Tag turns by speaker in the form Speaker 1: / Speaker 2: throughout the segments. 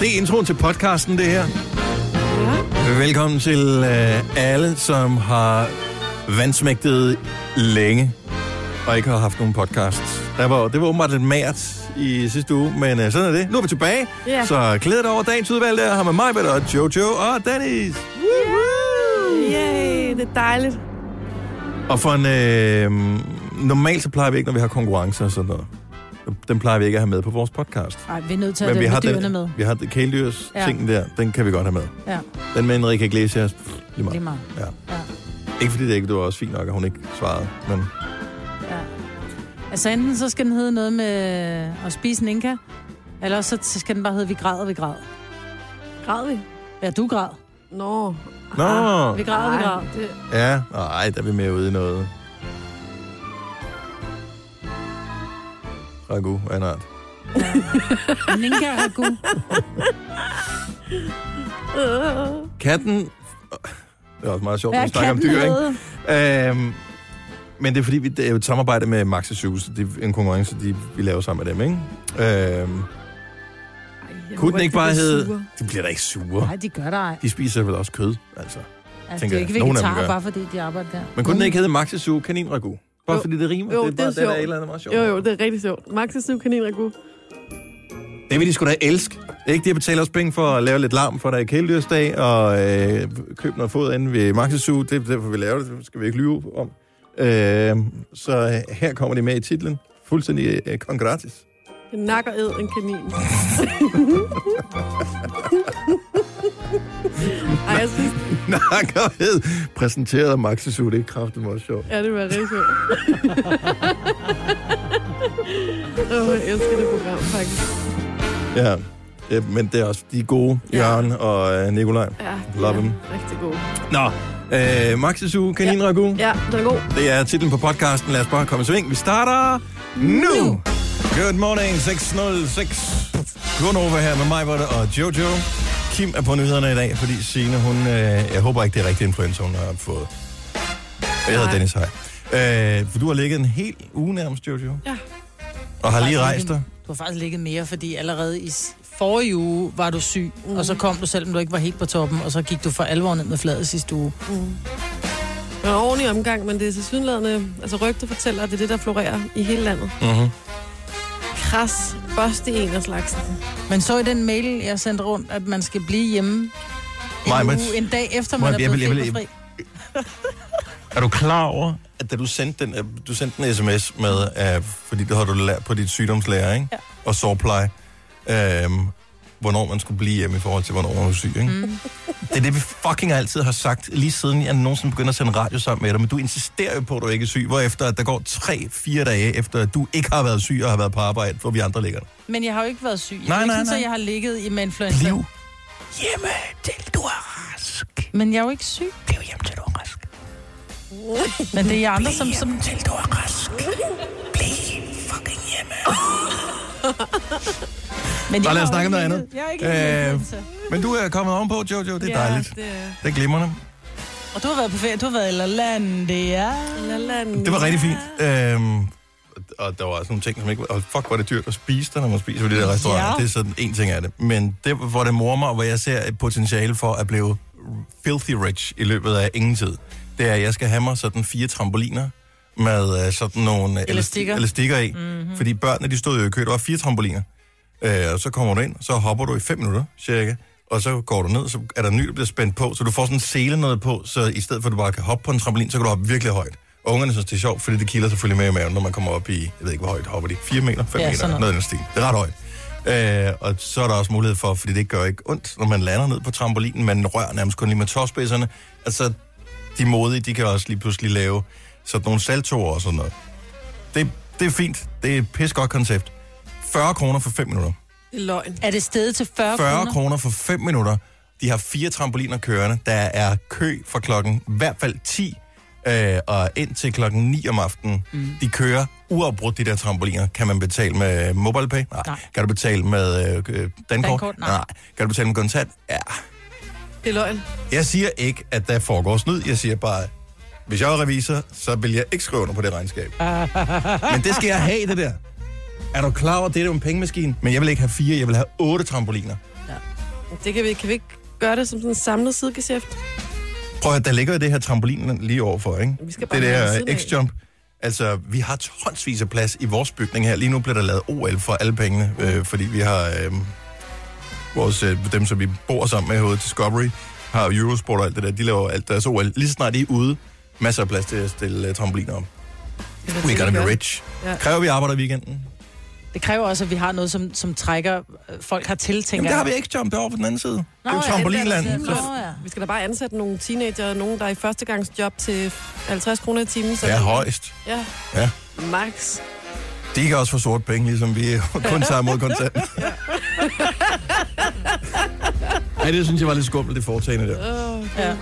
Speaker 1: Det er introen til podcasten, det her. Velkommen til øh, alle, som har vandsmægtet længe og ikke har haft nogen podcast. Der var, det var åbenbart lidt mært i sidste uge, men øh, sådan er det. Nu er vi tilbage,
Speaker 2: Ja.
Speaker 1: så glæd dig over dagens udvalg. Der har med mig, Peter, og Jojo og Dennis. Woo-woo!
Speaker 2: Yay, det er dejligt.
Speaker 1: Og for en... Øh, normalt så plejer vi ikke, når vi har konkurrencer og sådan noget. Den plejer vi ikke at have med på vores podcast.
Speaker 3: Nej, vi er nødt til at
Speaker 1: Men vi
Speaker 3: have
Speaker 1: har,
Speaker 3: det med dyrene
Speaker 1: den,
Speaker 3: med.
Speaker 1: vi har den kæledyrs
Speaker 3: Ja.
Speaker 1: ting der, den kan vi godt have med.
Speaker 3: Ja,
Speaker 1: Den med Enrique Iglesias, pff, lige
Speaker 3: lige
Speaker 1: meget.
Speaker 3: meget.
Speaker 1: Ja.
Speaker 3: Ja.
Speaker 1: Ikke fordi det ikke det var også fint nok, at hun ikke svarede, men
Speaker 3: Ja. Altså enten så skal den hedde noget med at spise en inka, eller også så skal den bare hedde Vi græder, vi græder.
Speaker 2: Græd vi?
Speaker 3: Ja, du græd.
Speaker 2: Nå.
Speaker 1: Nå.
Speaker 2: Ah,
Speaker 3: Vi græder, vi
Speaker 2: nej,
Speaker 3: græder.
Speaker 2: Det,
Speaker 1: ja, nej, der er vi mere ude i noget. Ragu af en art.
Speaker 3: En inka er god.
Speaker 1: Katten... Det er også meget sjovt, at
Speaker 3: Hvad
Speaker 1: vi snakker
Speaker 3: er
Speaker 1: om
Speaker 3: katten
Speaker 1: dyr, ikke?
Speaker 3: hedde?
Speaker 1: Øhm, men det er fordi, vi, det er jo et samarbejde med Max og Syvus. Det er en konkurrence, de, vi laver sammen med dem, ikke? Øhm,
Speaker 2: Ej,
Speaker 1: kunne den ikke bare hedde...
Speaker 2: Sure.
Speaker 1: De bliver da ikke sure.
Speaker 3: Nej, de gør det ej.
Speaker 1: De spiser vel også kød, altså.
Speaker 3: Altså, det
Speaker 1: Tænker
Speaker 3: er
Speaker 1: jeg.
Speaker 3: ikke
Speaker 1: Nogen af dem
Speaker 3: vegetarer,
Speaker 1: gør.
Speaker 3: bare fordi de arbejder der.
Speaker 1: Men kunne den ikke hedde Max og Syv kaninragu? Bare
Speaker 2: Jo.
Speaker 1: fordi det rimer.
Speaker 2: Jo,
Speaker 1: det er
Speaker 2: det
Speaker 1: bare det, der er
Speaker 2: er sjovt.
Speaker 1: et eller andet meget sjovt.
Speaker 2: Jo, jo, det er rigtig sjovt. Max er stiv kanin er god.
Speaker 1: Det vil de sgu da elske. Ikke det, betaler os penge for at lave lidt larm for dig i kæledyrsdag, og øh, købe noget fod inde ved Maxesu. Det er derfor, vi laver det. Det skal vi ikke lyve om. Øh, så øh, her kommer det med i titlen. Fuldstændig øh, kongratis.
Speaker 2: En nak og æd en kanin. Ej, jeg synes,
Speaker 1: Nakkerhed præsenteret af Maxesu. Det er kraftigt meget sjovt.
Speaker 2: ja, det var rigtig sjovt. Åh, jeg elsker det program, faktisk.
Speaker 1: Ja. ja men det er også de er gode,
Speaker 2: Ja.
Speaker 1: Jørgen og øh, Nikolaj.
Speaker 2: Ja, de
Speaker 1: Love
Speaker 2: er
Speaker 1: him.
Speaker 2: Rigtig god.
Speaker 1: Nå, øh, Maxesu, kaninragu.
Speaker 2: Ja, den er god.
Speaker 1: Det er titlen på podcasten. Lad os bare komme i sving. Vi starter nu. Good morning, 6.06. Gunova her med mig, Botte og Jojo. Kim er på nyhederne i dag, fordi Signe, hun... Øh, jeg håber ikke, det er rigtig influenza, hun har fået. Og Jeg hedder
Speaker 2: Nej.
Speaker 1: Dennis, hej. Øh, for du har ligget en hel uge nærmest, Jojo.
Speaker 2: Ja.
Speaker 1: Og har lige
Speaker 3: Faktisk
Speaker 1: rejst dig.
Speaker 3: ligget- Du har faktisk ligget mere, fordi allerede i s- forrige uge var du syg, mm. og så kom du, selvom du ikke var helt på toppen, og så gik du for alvor ned med fladet sidste uge.
Speaker 2: Mm. Det er en ordentlig omgang, men det er tilsyneladende... Altså, rygter fortæller, at det er det, der florerer i hele landet.
Speaker 1: Mm-hmm.
Speaker 2: Kras, børste en af slagsen.
Speaker 3: Men så i den mail, jeg sendte rundt, at man skal blive hjemme en,
Speaker 1: Nej, men-
Speaker 3: uge, en dag efter,
Speaker 1: Må
Speaker 3: man er
Speaker 1: jeg- jeg
Speaker 3: blevet
Speaker 1: vil- jeg vil-
Speaker 3: feberfri.
Speaker 1: Er du klar over, at da du sendte den, øh, du sendte en sms med, øh, fordi det har du lært på dit sygdomslærer, ikke?
Speaker 3: Ja.
Speaker 1: Og sårpleje, øh, hvornår man skulle blive hjemme i forhold til, hvornår man var syg, ikke? Mm. Det er det, vi fucking altid har sagt, lige siden jeg nogensinde begyndte at sende radio sammen med dig, men du insisterer jo på, at du ikke er syg, hvorefter at der går 3-4 dage efter, at du ikke har været syg og har været på arbejde, hvor vi andre ligger.
Speaker 3: Men jeg har jo ikke været syg. Jeg
Speaker 1: Nej,
Speaker 3: nej,
Speaker 1: nej,
Speaker 3: nej,
Speaker 1: nej.
Speaker 3: Så jeg har ligget i med influenza.
Speaker 1: Bliv hjemme, til du er rask.
Speaker 3: Men jeg er jo ikke syg.
Speaker 1: Bliv hjemme, til du er rask.
Speaker 3: Men det er jer andre, som... som
Speaker 1: til du er rask. Bliv fucking hjemme.
Speaker 3: men
Speaker 1: Nå, lad
Speaker 3: jeg
Speaker 1: os
Speaker 3: har jo
Speaker 1: snakke om
Speaker 3: ikke
Speaker 1: noget
Speaker 3: ligget- Jeg er ikke
Speaker 1: Øh,
Speaker 3: øh, influenza.
Speaker 1: Men du er kommet ovenpå, Jojo. Det er dejligt.
Speaker 2: Ja, det er...
Speaker 1: Det er glimrende.
Speaker 3: Og du har været på ferie. Du har været i LaLandia.
Speaker 2: La, la,
Speaker 1: Det
Speaker 3: Mm.
Speaker 1: var rigtig fint. Øhm, og der var også nogle ting, som ikke var... Og fuck, hvor er det dyrt at spise der, når man spiser ved det der restaurant.
Speaker 3: Ja.
Speaker 1: Det er sådan en ting af det. Men det, hvor det mormer, og hvor jeg ser et potentiale for at blive filthy rich i løbet af ingen tid, det er, at jeg skal have mig sådan fire trampoliner med øh, sådan nogle øh,
Speaker 3: Elastikker. Mhm.
Speaker 1: elasti- elastikker i. Mm-hmm. Fordi børnene, de stod jo i kø. Der var fire trampoliner. Øh, og så kommer du ind, så hopper du i 5 minutter, cirka. Og så går du ned, så er der en ny, der bliver spændt på, så du får sådan en sele noget på, så i stedet for at du bare kan hoppe på en trampolin, så kan du hoppe virkelig højt. Og ungerne synes, det er sjovt, fordi det kilder selvfølgelig med i maven, når man kommer op i, jeg ved ikke, hvor højt hopper de, 4 meter, 5
Speaker 3: Ja,
Speaker 1: ja, meter, noget.
Speaker 3: sådan noget.
Speaker 1: noget i den stil. Det er ret højt. Øh, og så er der også mulighed for, fordi det gør ikke ondt, når man lander ned på trampolinen, man rører nærmest kun lige med tåspidserne. Altså, de modige, de kan også lige pludselig lave sådan nogle saltoer og sådan noget. Det, det er fint. Det er et pis godt koncept. 40 kroner for 5 minutter.
Speaker 2: Det er løgn.
Speaker 3: Er det stedet til 40,
Speaker 1: 40 kroner for 5 minutter. De har fire trampoliner kørende. Der er kø fra klokken i hvert fald 10 øh, og ind til klokken 9 om aftenen. Mm. De kører uafbrudt, de der trampoliner. Kan man betale med øh, MobilePay? Nej.
Speaker 3: Nej.
Speaker 1: Kan du betale med øh, øh, Dankort?
Speaker 3: Dankort? Nej.
Speaker 1: Kan du betale med kontant? Ja.
Speaker 2: Det er løgn.
Speaker 1: Jeg siger ikke, at der foregår snyd. Jeg siger bare, hvis jeg var revisor, så vil jeg ikke skrive under på det regnskab. Men det skal jeg have, det der. Er du klar over, at det er jo en pengemaskine? Men jeg vil ikke have fire, jeg vil have otte trampoliner.
Speaker 3: Ja.
Speaker 2: Det kan vi, kan vi ikke gøre det som sådan en samlet sidegeschæft?
Speaker 1: Prøv at høre, der ligger jo det her trampolin lige overfor, ikke?
Speaker 2: Vi skal bare
Speaker 1: Det
Speaker 2: have den ved
Speaker 1: der
Speaker 2: siden af.
Speaker 1: X-Jump. Altså, vi har tonsvis af plads i vores bygning her. Lige nu bliver der lavet OL for alle pengene, øh, fordi vi har øh, vores, øh, dem, som vi bor sammen med herude, Discovery, har Eurosport og alt det der. De laver alt deres OL. Lige så snart de er ude, masser af plads til at stille øh, trampoliner om. We're gonna be rich.
Speaker 2: Ja.
Speaker 1: Kræver vi arbejder i weekenden?
Speaker 3: Det kræver også, at vi har noget, som, som trækker, øh, folk har tiltænkt.
Speaker 1: Jamen, der har vi X-Jump derovre på den anden side.
Speaker 3: Nå,
Speaker 1: det er jo
Speaker 3: ja,
Speaker 1: trampolinland.
Speaker 3: det altså. er der,
Speaker 1: Så-
Speaker 3: Nå, ja.
Speaker 2: Vi skal da bare ansætte nogle teenager, nogen, der er i førstegangsjob til 50 kroner i timen. Så
Speaker 1: Ja, højst.
Speaker 2: Ja.
Speaker 1: Ja.
Speaker 2: Max.
Speaker 1: De kan også få sort penge, ligesom vi øh, kun tager mod kontant. Ej, det synes jeg var lidt skummelt, det foretagende der.
Speaker 2: Oh,
Speaker 3: Ja.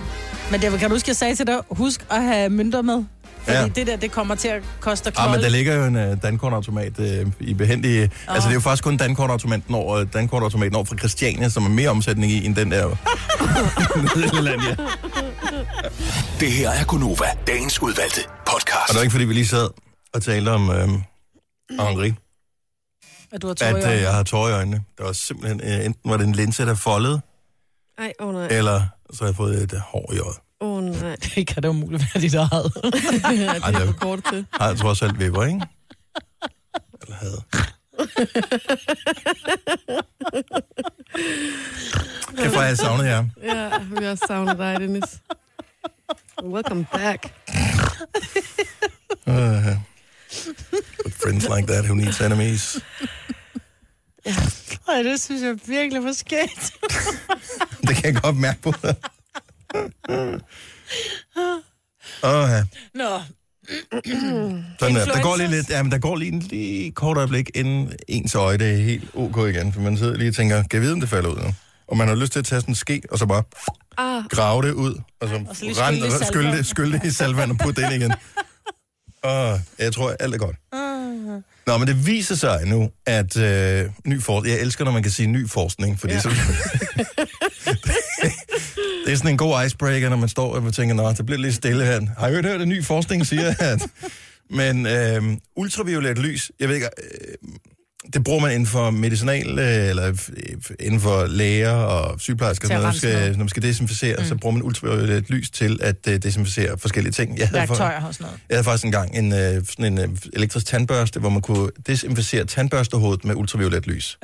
Speaker 3: Men det, kan du huske, jeg sagde til dig, husk at have mønter med. Fordi
Speaker 1: Ja.
Speaker 3: ja. det der, det kommer til at koste og
Speaker 1: Ah, men
Speaker 3: knolde.
Speaker 1: der ligger jo en uh, dankortautomat uh, i behendige... Oh. Altså, det er jo faktisk kun dankortautomaten over, uh, dankortautomaten over fra Christiania, som er mere omsætning i, end den der... Nede i land, ja.
Speaker 4: Det her er Gonova, dagens udvalgte
Speaker 1: Og det
Speaker 4: podcast.
Speaker 1: var ikke, fordi vi lige sad og talte om uh, Henri,
Speaker 3: At du har tårer
Speaker 1: at
Speaker 3: i
Speaker 1: uh,
Speaker 3: øjnene.
Speaker 1: jeg har tårer i øjnene. Der var simpelthen... Uh, enten var det en linse, der foldede,
Speaker 2: Ej, åh oh, nej.
Speaker 1: eller så har jeg fået et uh, hår i øjet.
Speaker 2: Åh oh, nej.
Speaker 1: øh,
Speaker 3: Det kan da umuligt være dit eget.
Speaker 2: Ja, det
Speaker 1: det
Speaker 2: er
Speaker 1: er-
Speaker 2: for kort til.
Speaker 1: Har jeg trods alt vipper, ikke? Eller havde. Kæft, hvor har jeg savnet jer.
Speaker 2: Ja, vi har savnet dig, Dennis. Welcome back.
Speaker 1: Uh, with friends like that who needs enemies.
Speaker 3: Ej, det synes jeg virkelig var skægt.
Speaker 1: Det kan jeg godt mærke på dig. Åh, ja.
Speaker 3: Nå,
Speaker 1: Sådan der. Der går lige
Speaker 3: Influencers.
Speaker 1: lidt, ja, men der går lige en lige kort øjeblik, inden ens øje det er helt ok igen, for man sidder lige og tænker, kan jeg vide, om det falder ud nu? Og man har lyst til at tage sådan en ske, og så bare
Speaker 2: Ah,
Speaker 1: grave det ud, og så,
Speaker 3: Og så lige
Speaker 1: rende
Speaker 3: skylle det i
Speaker 1: og skylle det,
Speaker 3: saltvand.
Speaker 1: skylle det i salvand og putte det ind igen. Og jeg tror, alt er godt.
Speaker 3: Ah.
Speaker 1: Nå, men det viser sig nu, at øh, ny forskning... Jeg elsker, når man kan sige ny forskning, fordi ja. så... det er sådan en god icebreaker, når man står og tænker, nå, det bliver lidt stille her. Har I hørt, hørt at ny forskning siger, at... Men øh, ultraviolet lys, jeg ved ikke, øh, det bruger man inden for medicinal, øh, eller øh, inden for læger og sygeplejersker,
Speaker 3: Til at
Speaker 1: når man
Speaker 3: rense
Speaker 1: skal,
Speaker 3: noget.
Speaker 1: når man skal desinficere, mm. så bruger man ultraviolet lys til at øh, desinficere forskellige ting. Jeg havde, for,
Speaker 3: værktøjer og sådan noget.
Speaker 1: jeg havde faktisk engang en, øh, sådan en øh, elektrisk tandbørste, hvor man kunne desinficere tandbørstehovedet med ultraviolet lys.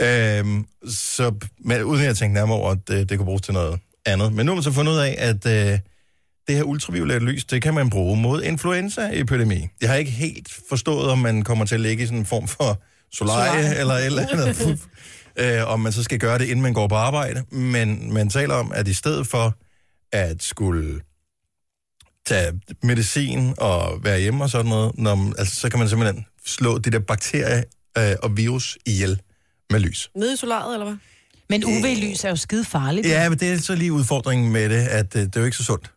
Speaker 3: Ja.
Speaker 1: Øhm, så, men uden at tænke nærmere over, at øh, det kunne bruges til noget andet. Men nu har man så fundet ud af, at øh, det her ultraviolet lys, det kan man bruge mod influenzaepidemi. Jeg har ikke helt forstået, om man kommer til at ligge i sådan en form for solarie
Speaker 3: Solarie.
Speaker 1: eller et eller andet. Puh. øh, om man så skal gøre det, inden man går på arbejde. Men man taler om, at i stedet for at skulle tage medicin og være hjemme og sådan noget, når, man- altså, så kan man simpelthen slå de der bakterier øh, og virus ihjel med lys.
Speaker 2: nede i solaret, eller hvad?
Speaker 3: Men UV-lys er jo skide farligt.
Speaker 1: Ja, men det er så lige udfordringen med det, at øh, det er jo ikke så sundt.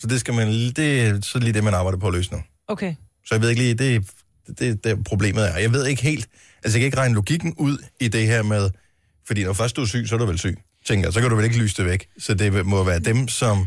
Speaker 1: Så det, skal man, det er så lige det, man arbejder på at løse nu.
Speaker 3: Okay.
Speaker 1: Så jeg ved ikke lige, det er det, det, det problemet er. Jeg ved ikke helt, altså jeg kan ikke regne logikken ud i det her med, fordi når først du er syg, så er du vel syg, tænker jeg. Så kan du vel ikke lyse det væk. Så det må være dem, som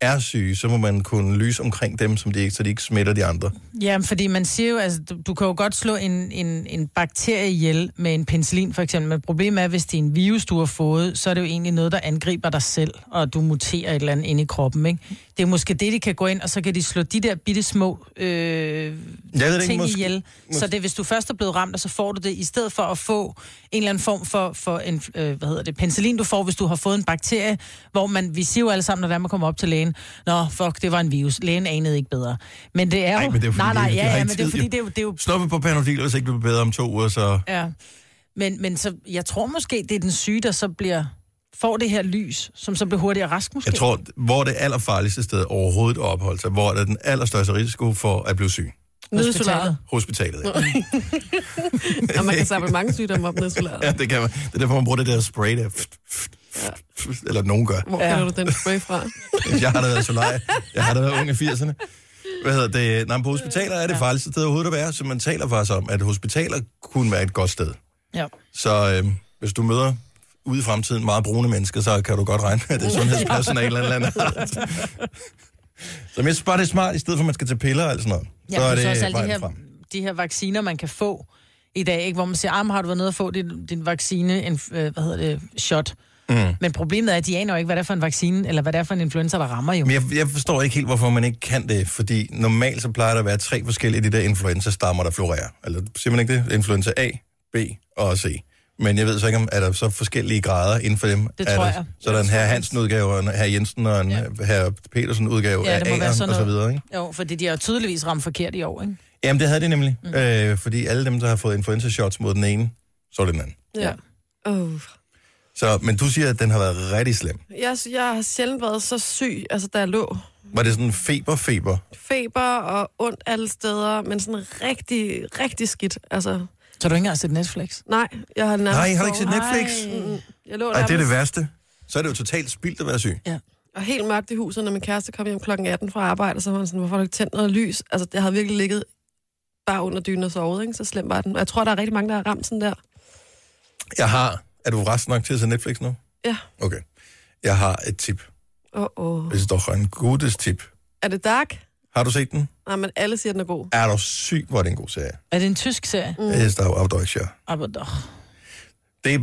Speaker 1: er syge, så må man kunne lyse omkring dem, som de ikke, så de ikke smitter de andre.
Speaker 3: Ja, fordi man siger jo, altså, du, du kan jo godt slå en, en, en bakterie ihjel med en penicillin for eksempel, men problemet er, hvis det er en virus, du har fået, så er det jo egentlig noget, der angriber dig selv, og du muterer et eller andet ind i kroppen, ikke? Det er måske det, de kan gå ind, og så kan de slå de der bitte små øh,
Speaker 1: Jeg ved det ikke,
Speaker 3: ting
Speaker 1: måske,
Speaker 3: ihjel. Så det, er, hvis du først er blevet ramt, og så får du det, i stedet for at få en eller anden form for, for en, øh, hvad hedder det, penicillin, du får, hvis du har fået en bakterie, hvor man, vi siger jo alle sammen, når det er, man kommer op til lægen, nå, fuck, det var en virus. Lægen anede ikke bedre. Men det er jo...
Speaker 1: Nej, men det er jo fordi,
Speaker 3: nej, nej,
Speaker 1: de- de har
Speaker 3: ja, ja,
Speaker 1: ikke
Speaker 3: men det er
Speaker 1: tid,
Speaker 3: jo fordi,
Speaker 1: jo.
Speaker 3: det er jo... Det er jo
Speaker 1: Stoppe på panodil, hvis ikke du bliver bedre om to uger, så...
Speaker 3: ja. men, men så, jeg tror måske, det er den syge, der så bliver får det her lys, som så bliver hurtigere rask måske.
Speaker 1: Jeg tror, hvor det allerfarligste sted overhovedet at opholde sig, hvor er der er den allerstørste risiko for at blive syg.
Speaker 2: Nede i
Speaker 3: Hospitalet.
Speaker 2: solaret.
Speaker 1: Hospitalet. Ja.
Speaker 2: Og man kan samle mange sygdomme op nede i solaret.
Speaker 1: Ja, det kan man. Det er derfor, man bruger det der spray der. Fft, fft, fft, Eller nogen gør.
Speaker 2: Hvor
Speaker 3: Ja.
Speaker 2: kender du den spray fra?
Speaker 1: Jeg har da været solarie. Jeg har da været ung i 80'erne. Hvad hedder det? Nej, men på hospitaler er det farligste sted overhovedet at være, så man taler faktisk om, at hospitaler kunne være et godt sted.
Speaker 3: Ja.
Speaker 1: Så øh, hvis du møder ude i fremtiden meget brune mennesker, så kan du godt regne med, at det er sundhedspersonale eller et eller andet. Så men jeg synes bare, det er smart, i stedet for at man skal tage piller og alt sådan noget.
Speaker 3: Ja, så er det så
Speaker 1: det
Speaker 3: også alle de
Speaker 1: vejen
Speaker 3: her,
Speaker 1: frem.
Speaker 3: de her vacciner, man kan få i dag, ikke? hvor man siger, ah, men har du været nede og få din, din vaccine, en, øh, hvad hedder det, shot? Mm. Men problemet er, at de aner jo ikke, hvad det er for en vaccine, eller hvad det er for en influenza, der rammer jo.
Speaker 1: Men jeg, jeg forstår ikke helt, hvorfor man ikke kan det, fordi normalt så plejer der at være tre forskellige af de der influenza-stammer, der florerer. Eller siger man ikke det? Influenza A, B og C. Men jeg ved så ikke, om er der så forskellige grader inden for dem?
Speaker 3: Det
Speaker 1: er
Speaker 3: tror
Speaker 1: der,
Speaker 3: jeg.
Speaker 1: Så er der en
Speaker 3: Jeg tror,
Speaker 1: herr
Speaker 3: det-
Speaker 1: Hansen-udgave, og en herr Jensen og en ja. herr Petersen-udgave
Speaker 3: Ja,
Speaker 1: af
Speaker 3: det må være
Speaker 1: A'eren
Speaker 3: sådan
Speaker 1: og så
Speaker 3: noget.
Speaker 1: videre, ikke?
Speaker 3: Jo, fordi de har jo tydeligvis ramt forkert i år, ikke?
Speaker 1: Jamen, det havde de nemlig. Mm. Øh, fordi alle dem, der har fået influenza-shots mod den ene, så er det den anden.
Speaker 2: Ja. Oh.
Speaker 1: Så, men du siger, at den har været rigtig slem.
Speaker 2: Jeg, jeg har sjældent været så syg, altså da jeg lå.
Speaker 1: Var det sådan feber-feber?
Speaker 2: Feber og ondt alle steder, men sådan rigtig, rigtig skidt. Altså,
Speaker 3: Så har du ikke engang har set Netflix?
Speaker 2: nej, jeg har nærmest...
Speaker 1: Nej, har du ikke set
Speaker 2: sovet-
Speaker 1: Netflix?
Speaker 2: Mm, Jeg lå
Speaker 1: Ej, det er det
Speaker 2: nærmest-
Speaker 1: værste. Så er det jo totalt spildt at være syg.
Speaker 2: og helt mørkt i huset, når min kæreste kom hjem kl. 18 fra arbejde, så var han sådan, hvorfor har du ikke tændt noget lys? Altså, det har virkelig ligget bare under dynen og sovet, ikke? Så slemt var den. Og jeg tror, der er rigtig mange, der har ramt sådan der.
Speaker 1: Jeg har... Er du rest nok til at se Netflix nu?
Speaker 2: Ja.
Speaker 1: Okay. Jeg har et tip.
Speaker 2: Åh, oh, oh.
Speaker 1: Hvis det er en gutes tip.
Speaker 2: Er det dark?
Speaker 1: Har du set den?
Speaker 2: Nej, men alle siger, den er god.
Speaker 1: Er du syg, hvor er det en god serie?
Speaker 3: Er det en tysk serie?
Speaker 1: Mm. Jeg står af Deutscher.
Speaker 3: Aber doch.
Speaker 1: Det er,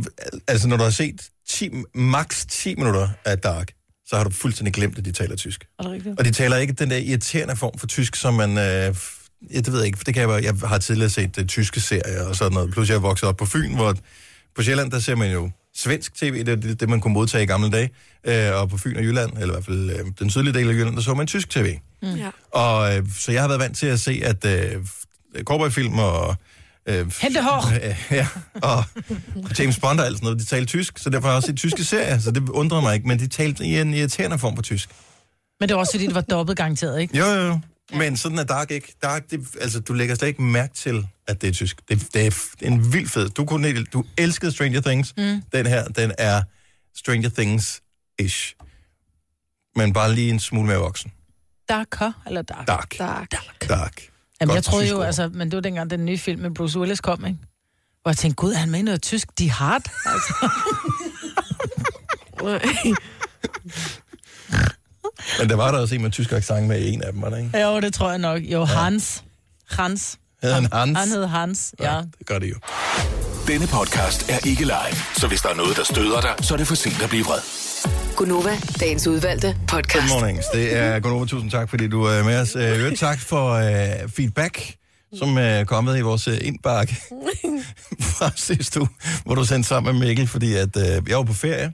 Speaker 1: altså, når du har set 10, max 10 minutter af Dark, så har du fuldstændig glemt, at de taler tysk.
Speaker 3: Er det rigtigt?
Speaker 1: Og de taler ikke den der irriterende form for tysk, som man... Øh, f- ja, det ved jeg ikke, for det kan jeg, bare- jeg har tidligere set øh, tyske serier og sådan noget. Plus jeg er vokset op på Fyn, hvor på Sjælland, der ser man jo svensk tv, det er det, det, man kunne modtage i gamle dage. Øh, og på Fyn og Jylland, eller i hvert fald øh, den sydlige del af Jylland, der så man tysk tv.
Speaker 2: Mm. Ja.
Speaker 1: Og øh, så jeg har været vant til at se, at øh, cowboyfilm og... Øh,
Speaker 3: Hente hår.
Speaker 1: Øh, ja, og James Bond og alt sådan noget, de talte tysk, så derfor har jeg også set tyske serier, så det undrede mig ikke, men de talte i en irriterende form for tysk.
Speaker 3: Men det var også fordi, det var dobbelt garanteret, ikke?
Speaker 1: Jo, jo, jo. Men sådan er Dark ikke. Dark, det, altså, du lægger slet ikke mærke til, at det er tysk. Det, det er f- en vild fed. Du, kunne, helt- du elskede Stranger Things. Mm. Den her, den er Stranger Things-ish. Men bare lige en smule mere voksen.
Speaker 3: Darker, eller dark?
Speaker 1: Dark.
Speaker 2: Dark.
Speaker 1: Dark.
Speaker 3: Jamen,
Speaker 1: Godt
Speaker 3: jeg troede
Speaker 1: tysk
Speaker 3: jo,
Speaker 1: ord.
Speaker 3: altså, men det var dengang, den nye film med Bruce Willis kom, ikke? Hvor jeg tænkte, gud, er han med i noget tysk? De hard. Altså,
Speaker 2: Nej.
Speaker 1: Men der var der også en med tysk accent med i en af dem, var der ikke?
Speaker 3: jo, det tror jeg nok. Jo, Hans. Hans.
Speaker 1: Hedder han Hans?
Speaker 3: Han hed Hans, ja. ja.
Speaker 1: Det gør det jo.
Speaker 4: Denne podcast er ikke live, så hvis der er noget, der støder dig, så er det for sent at blive vred.
Speaker 5: Gunova, dagens udvalgte podcast.
Speaker 1: Godmorgen, Inges. Det er Gunova. Tusind tak, fordi du er med os. Øh, i øvrigt tak for øh, feedback, som er kommet i vores øh, indbakke fra sidste uge, hvor du sendte sammen med Mikkel, fordi at, øh, jeg var på ferie.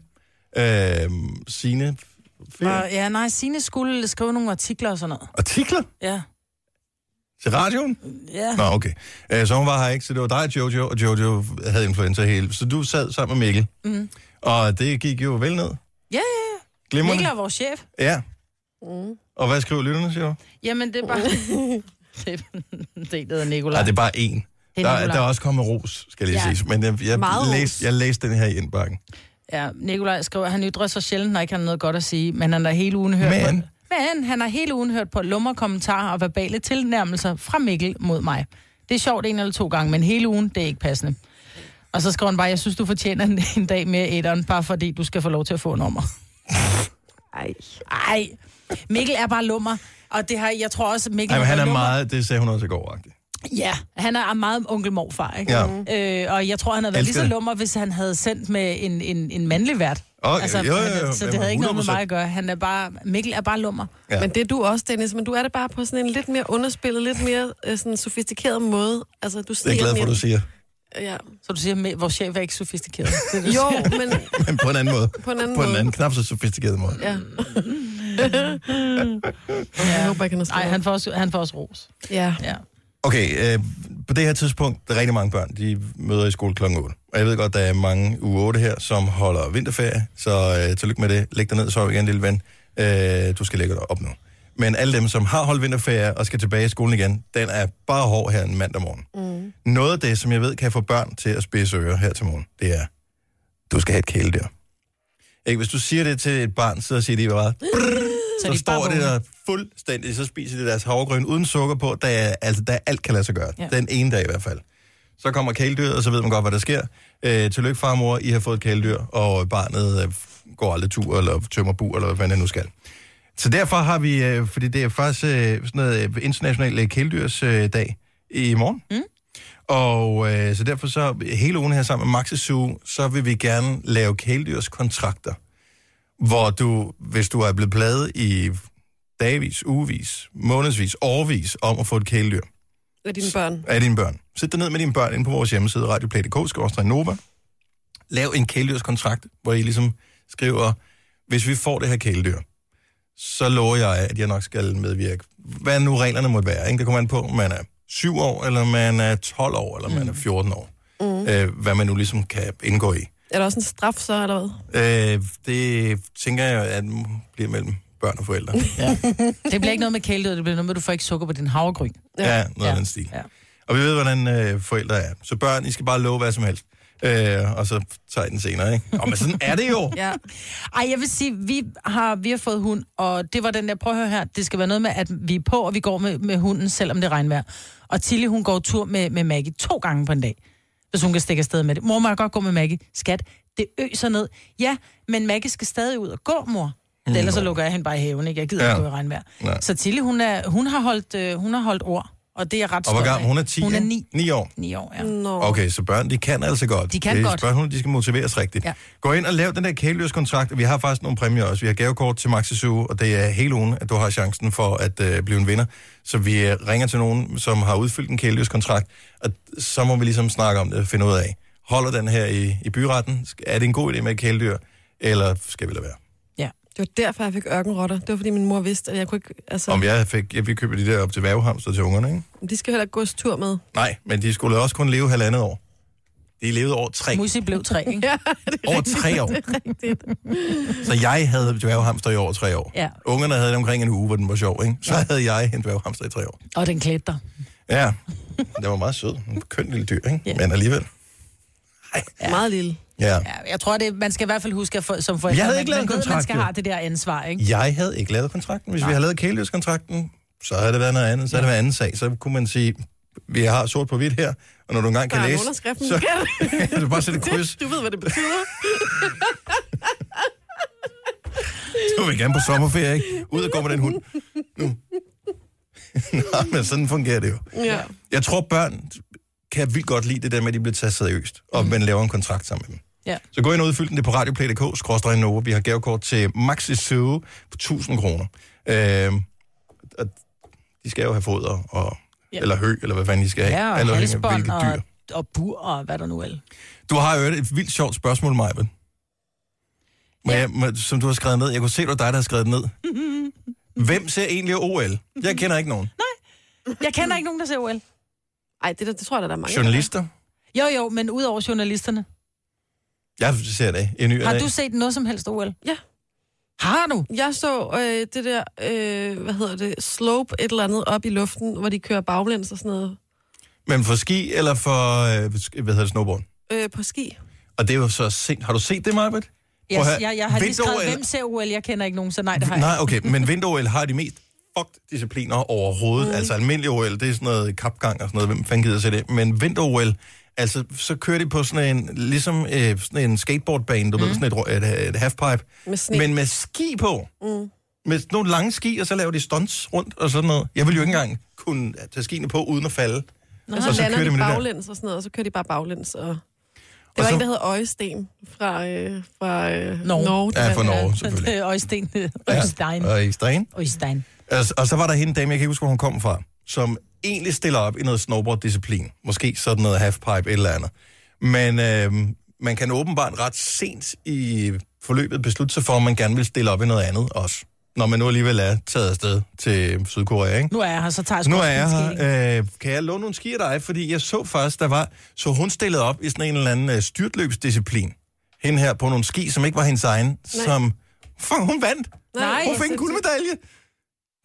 Speaker 1: Øh, sine ferie.
Speaker 3: Og, ja, nej, Signe skulle skrive nogle artikler og sådan noget.
Speaker 1: artikler
Speaker 3: Ja.
Speaker 1: til radioen.
Speaker 3: Ja.
Speaker 1: Nå, okay. Øh, så hun var her ikke, så det var dig, Jojo, og Jojo havde influenza hele. Så du sad sammen med Mikkel. Mm. Og det gik jo vel ned.
Speaker 3: Ja, ja, ja.
Speaker 1: Glimrende.
Speaker 3: Mikkel er vores chef.
Speaker 1: Ja. Mm. Og hvad skriver lytterne, siger du?
Speaker 3: Jamen, det er bare... det, det hedder Nicolaj.
Speaker 1: Nej, det er bare én.
Speaker 3: Det er
Speaker 1: Der,
Speaker 3: Nicolaj.
Speaker 1: der er også kommet ros, skal lige ja.
Speaker 3: Ja.
Speaker 1: sige. Men jeg, jeg,
Speaker 2: Meget ros.
Speaker 1: læste, jeg læste den her i indbakken.
Speaker 3: Ja, Nikolaj skriver, at han ytrer sig sjældent, når ikke han har noget godt at sige, men han har hele ugen hørt
Speaker 1: Men?
Speaker 3: på... Men han har hele ugen hørt på lummer kommentarer og verbale tilnærmelser fra Mikkel mod mig. Det er sjovt en eller to gange, men hele ugen, det er ikke passende. Og så skriver han bare, jeg synes, du fortjener en, en dag mere etteren, bare fordi du skal få lov til at få nummer.
Speaker 2: Ej.
Speaker 3: Ej, Mikkel er bare lummer. Og det har, jeg tror også, Mikkel...
Speaker 1: Ej, men han er
Speaker 3: lummer.
Speaker 1: meget, det sagde hun også i går, agtigt.
Speaker 3: Ja, han er meget onkel morfar, ikke?
Speaker 1: Ja.
Speaker 3: Øh, og jeg tror, han havde været lige
Speaker 1: Elsker
Speaker 3: så
Speaker 1: det.
Speaker 3: lummer, hvis han havde sendt med en, en, en mandlig vært. Altså,
Speaker 1: Okay, jo, jo, jo,
Speaker 3: han er- så det
Speaker 1: jamen,
Speaker 3: havde ikke noget med
Speaker 1: 100%.
Speaker 3: mig at gøre. Han er bare, Mikkel er bare lummer.
Speaker 1: Ja.
Speaker 2: Ja. Men det er du også, Dennis, men du er det bare på sådan en lidt mere underspillet, lidt mere øh, sådan sofistikeret måde. Altså, du
Speaker 1: Det er jeg glad for, du siger.
Speaker 2: Ja.
Speaker 3: Så du siger, at vores chef er ikke sofistikeret. Det er det, du
Speaker 2: Jo,
Speaker 3: siger.
Speaker 2: men
Speaker 1: Men på en anden måde.
Speaker 2: på en anden
Speaker 1: På en
Speaker 2: måde.
Speaker 1: anden, knap så sofistikeret måde.
Speaker 2: Ja. Jeg håber, jeg kan
Speaker 3: Nej, han får også, han får også ros.
Speaker 2: Ja.
Speaker 3: Ja.
Speaker 1: Okay, øh, på det her tidspunkt, der er rigtig mange børn, de møder i skole kl. 8. Og jeg ved godt, der er mange uge 8 her, som holder vinterferie, så øh, tillykke med det. Læg dig ned, sov igen, lille ven. Øh, du skal lægge dig op nu. Men alle dem, som har holdt vinterferie og skal tilbage i skolen igen, den er bare hård her en mandag morgen. Mm. Noget af det, som jeg ved, kan få børn til at spidse ører her til morgen, det er, du skal have et kæledyr. Ikke? Hvis du siger det til et barn, så siger de bare,
Speaker 3: Så,
Speaker 1: så
Speaker 3: de bare
Speaker 1: står det
Speaker 3: vågne.
Speaker 1: der fuldstændig, så spiser de deres havregryn uden sukker på, der, er- altså, der alt kan lade sig gøre. Ja.
Speaker 3: Ja.
Speaker 1: Den ene dag i hvert fald. Så kommer kæledyret, og så ved man godt, hvad der sker. Øh, tillykke far og mor, I har fået et kæledyr, og barnet øh, går aldrig tur, eller tømmer bur, eller hvad fanden det nu skal. Så derfor har vi, øh, fordi det er faktisk øh, sådan noget øh, international øh, kæledyrsdag øh, dag i morgen. Mm. Og øh, så derfor så hele ugen her sammen med Maxi Zoo, så vil vi gerne lave kæledyrskontrakter, hvor du, hvis du er blevet pladet i dagvis, ugevis, månedsvis, årvis om at få et kæledyr
Speaker 2: Af dine børn.
Speaker 1: af dine børn. Sæt dig ned med dine børn inde på vores hjemmeside, radioplay.dk, Nova. Lav en kæledyrskontrakt, hvor I ligesom skriver, hvis vi får det her kæledyr, så lover jeg, at jeg nok skal medvirke. Hvad nu reglerne måtte være, ikke? Det kommer an på, om man er 7 år, eller man er 12 år, eller man er 14 år. Mm. Øh, hvad man nu ligesom kan indgå i.
Speaker 2: Er der også en straf så, eller hvad?
Speaker 1: Øh, det tænker jeg, at bliver mellem børn og forældre.
Speaker 3: Det bliver ikke noget med kæledyr, det bliver noget med, at du får ikke sukker på din havregryn.
Speaker 1: Ja, ja noget ja. af den stil. Ja. Og vi ved, hvordan øh, forældre er. Så børn, I skal bare love hvad som helst. Øh, og så tager I den senere, ikke? Nå, men sådan er det jo.
Speaker 2: Ja.
Speaker 3: Ej, jeg vil sige, vi har, vi har fået hund, og det var den der, prøv at høre her, det skal være noget med, at vi er på, og vi går med, med hunden, selvom det er regnvejr. Og Tilly, hun går tur med, med Maggie to gange på en dag, hvis hun kan stikke afsted med det. Mor, må jeg godt gå med Maggie? Skat, det øser ned. Ja, men Maggie skal stadig ud og gå, mor. Mm. Ellers så lukker jeg hende bare i haven, ikke? Jeg gider
Speaker 1: Ja.
Speaker 3: ja. ikke gå i regnvejr.
Speaker 1: Nej.
Speaker 3: Så Tilly, hun, er, hun, har holdt, øh, hun har holdt ord, og det er jeg ret
Speaker 1: Og hvor
Speaker 3: stolt
Speaker 1: gammel?
Speaker 3: af.
Speaker 1: Hun er 10,
Speaker 3: Hun er
Speaker 1: ikke?
Speaker 3: 9.
Speaker 1: 9 år.
Speaker 3: 9 år, ja.
Speaker 2: Nå.
Speaker 1: Okay, så børn, de kan altså godt.
Speaker 3: De kan
Speaker 1: det er
Speaker 3: godt.
Speaker 1: Spørgsmålet, de skal motiveres rigtigt. Ja.
Speaker 3: Ja.
Speaker 1: Gå ind og lav den der kæledyrskontrakt, og vi har faktisk nogle præmier også. Vi har gavekort til Maxi Zoo, og det er hele ugen, at du har chancen for at øh, blive en vinder. Så vi øh, ringer til nogen, som har udfyldt en kæledyrskontrakt, og så må vi ligesom snakke om det og finde ud af. Holder den her i, i byretten? Er det en god idé med et kæledyr, eller skal vi lade være?
Speaker 3: ja.
Speaker 2: Det var derfor, jeg fik ørkenrotter. Det var, fordi min mor vidste, at jeg kunne ikke... Altså,
Speaker 1: Om jeg fik, jeg, vi køber de der op til vævehamster til ungerne, ikke?
Speaker 2: de skal heller ikke gås tur med.
Speaker 1: Nej, men de skulle også kun leve halvandet år. De levede over tre.
Speaker 3: Musi blev tre, ikke?
Speaker 2: Ja,
Speaker 1: Over tre år.
Speaker 2: rigtigt.
Speaker 1: Så jeg havde dværghamster i over tre år.
Speaker 3: Ja.
Speaker 1: Ungerne havde det omkring en uge, hvor den var sjov, ikke? Så havde jeg en dværghamster i tre år.
Speaker 3: Og den klædte dig.
Speaker 1: Ja, det var meget sød. En køn lille dyr, ikke?
Speaker 3: Ja.
Speaker 1: Men alligevel.
Speaker 2: Ja. Meget lille.
Speaker 1: Ja.
Speaker 3: Ja, jeg tror, det, man skal i hvert fald huske, at for, som forældre,
Speaker 1: Jeg havde
Speaker 3: man-
Speaker 1: ikke lavet
Speaker 3: man,
Speaker 1: en
Speaker 3: ved, man
Speaker 1: kontrakt,
Speaker 3: skal
Speaker 1: jo.
Speaker 3: have det der ansvar, ikke?
Speaker 1: Jeg havde ikke lavet kontrakten. Hvis vi havde lavet kæledyrdskontrakten, så havde det været noget andet. Så havde det været anden sag. Så kunne man sige, vi har sort på hvidt her, og når du engang
Speaker 2: Der
Speaker 1: kan
Speaker 2: er
Speaker 1: læse,
Speaker 2: nogen, der skriften.
Speaker 1: så kan du bare sætte et kryds.
Speaker 2: Du ved, hvad det betyder.
Speaker 1: Du vil gerne på sommerferie, ikke? Ud og gå med den hund. Nu. Nå, men sådan fungerer det jo.
Speaker 2: Ja.
Speaker 1: Jeg tror, børn kan vildt godt lide det der med, at de bliver taget seriøst, og man laver en kontrakt sammen med dem.
Speaker 3: Mhm. Ja.
Speaker 1: Så gå ind og udfyld den det på radioplay.dk, skråstrej Nova. Vi har gavekort til Maxi Zoo på 1000 kroner. Øh, og de skal jo have foder, og,
Speaker 3: Ja.
Speaker 1: eller hø, eller hvad fanden de skal have.
Speaker 3: Ja, og
Speaker 1: Alt afhængig af,
Speaker 3: halsbånd
Speaker 1: hvilket dyr.
Speaker 3: og, og bur og hvad der nu er.
Speaker 1: Du har jo et vildt sjovt spørgsmål, Majben. Må
Speaker 3: Ja.
Speaker 1: jeg, må, som du har skrevet ned. Jeg kunne se, det var dig, der har skrevet det ned. Hvem ser egentlig OL? Jeg kender ikke nogen.
Speaker 3: Jeg kender ikke nogen, der ser OL.
Speaker 2: Ej, det, der, det tror jeg, der er mange.
Speaker 1: Journalister?
Speaker 3: Jo, jo, men udover journalisterne.
Speaker 1: Jeg ser det. En ny
Speaker 3: Har du set noget som helst OL?
Speaker 2: Ja.
Speaker 3: Har du?
Speaker 2: Jeg så øh, det der, øh, hvad hedder det, slope et eller andet op i luften, hvor de kører baglæns og sådan noget
Speaker 1: Men for ski eller for, øh, sk- hvad hedder det, snowboard?
Speaker 2: øh, på ski.
Speaker 1: Og det er jo så sent. Har du set det, Marbet?
Speaker 3: Jeg, jeg, jeg har lige skrevet,
Speaker 1: vinter-OL
Speaker 3: hvem ser OL? Jeg kender ikke nogen, så nej, det har jeg.
Speaker 1: Nej, okay, men vinter-OL har de mest fucked discipliner overhovedet. Mm. Altså almindelig OL, det er sådan noget kapgang og sådan noget. Hvem fanden gider se det? Men vinter-OL, altså så kører de på sådan en, ligesom øh, sådan en skateboardbane, du mm. ved, sådan et, ro- et, et halfpipe.
Speaker 2: Med sne.
Speaker 1: Men med ski på. Mm. Med nogle lange ski, og så laver de stunts rundt og sådan noget. Jeg ville jo ikke engang kunne tage skiene på uden at falde.
Speaker 2: Nå, og så,
Speaker 1: Altså,
Speaker 2: så
Speaker 1: kører
Speaker 2: lander
Speaker 1: de
Speaker 2: de
Speaker 1: med det der.
Speaker 2: baglæns og sådan noget, og så kører de bare baglæns. Og...
Speaker 1: Og
Speaker 2: Det var
Speaker 1: så-
Speaker 2: en, der hed Øjesten fra, øh, fra øh,
Speaker 3: Norge.
Speaker 2: Norge. Norge
Speaker 1: Ja,
Speaker 2: der.
Speaker 1: for Norge, selvfølgelig. Øh.
Speaker 3: selvfølgelig. Øjstein. øh, Øjstein.
Speaker 1: Og i Stein.
Speaker 3: Øjstein.
Speaker 1: Altså, og så var der hende dame, jeg kan ikke huske, hvor hun kom fra, som egentlig stiller op i noget snowboard-disciplin. Måske sådan noget halfpipe eller andet. Men øh, man kan åbenbart ret sent i forløbet beslutte sig for, om man gerne vil stille op i noget andet også. Når man nu alligevel er taget afsted til Sydkorea, ikke?
Speaker 3: Nu er jeg her, så tager jeg
Speaker 1: Så
Speaker 3: sgu
Speaker 1: nu er
Speaker 3: også min
Speaker 1: jeg
Speaker 3: skæring.
Speaker 1: her. Øh, kan jeg låne nogle ski af dig? Fordi jeg så faktisk, der var... Så hun stillede op i sådan en eller anden øh, styrtløbsdisciplin. Hende her på nogle ski, som ikke var hendes egen, Nej. som... Fuck, hun vandt!
Speaker 3: Nej,
Speaker 1: Hun
Speaker 2: altså,
Speaker 1: fik en guldmedalje!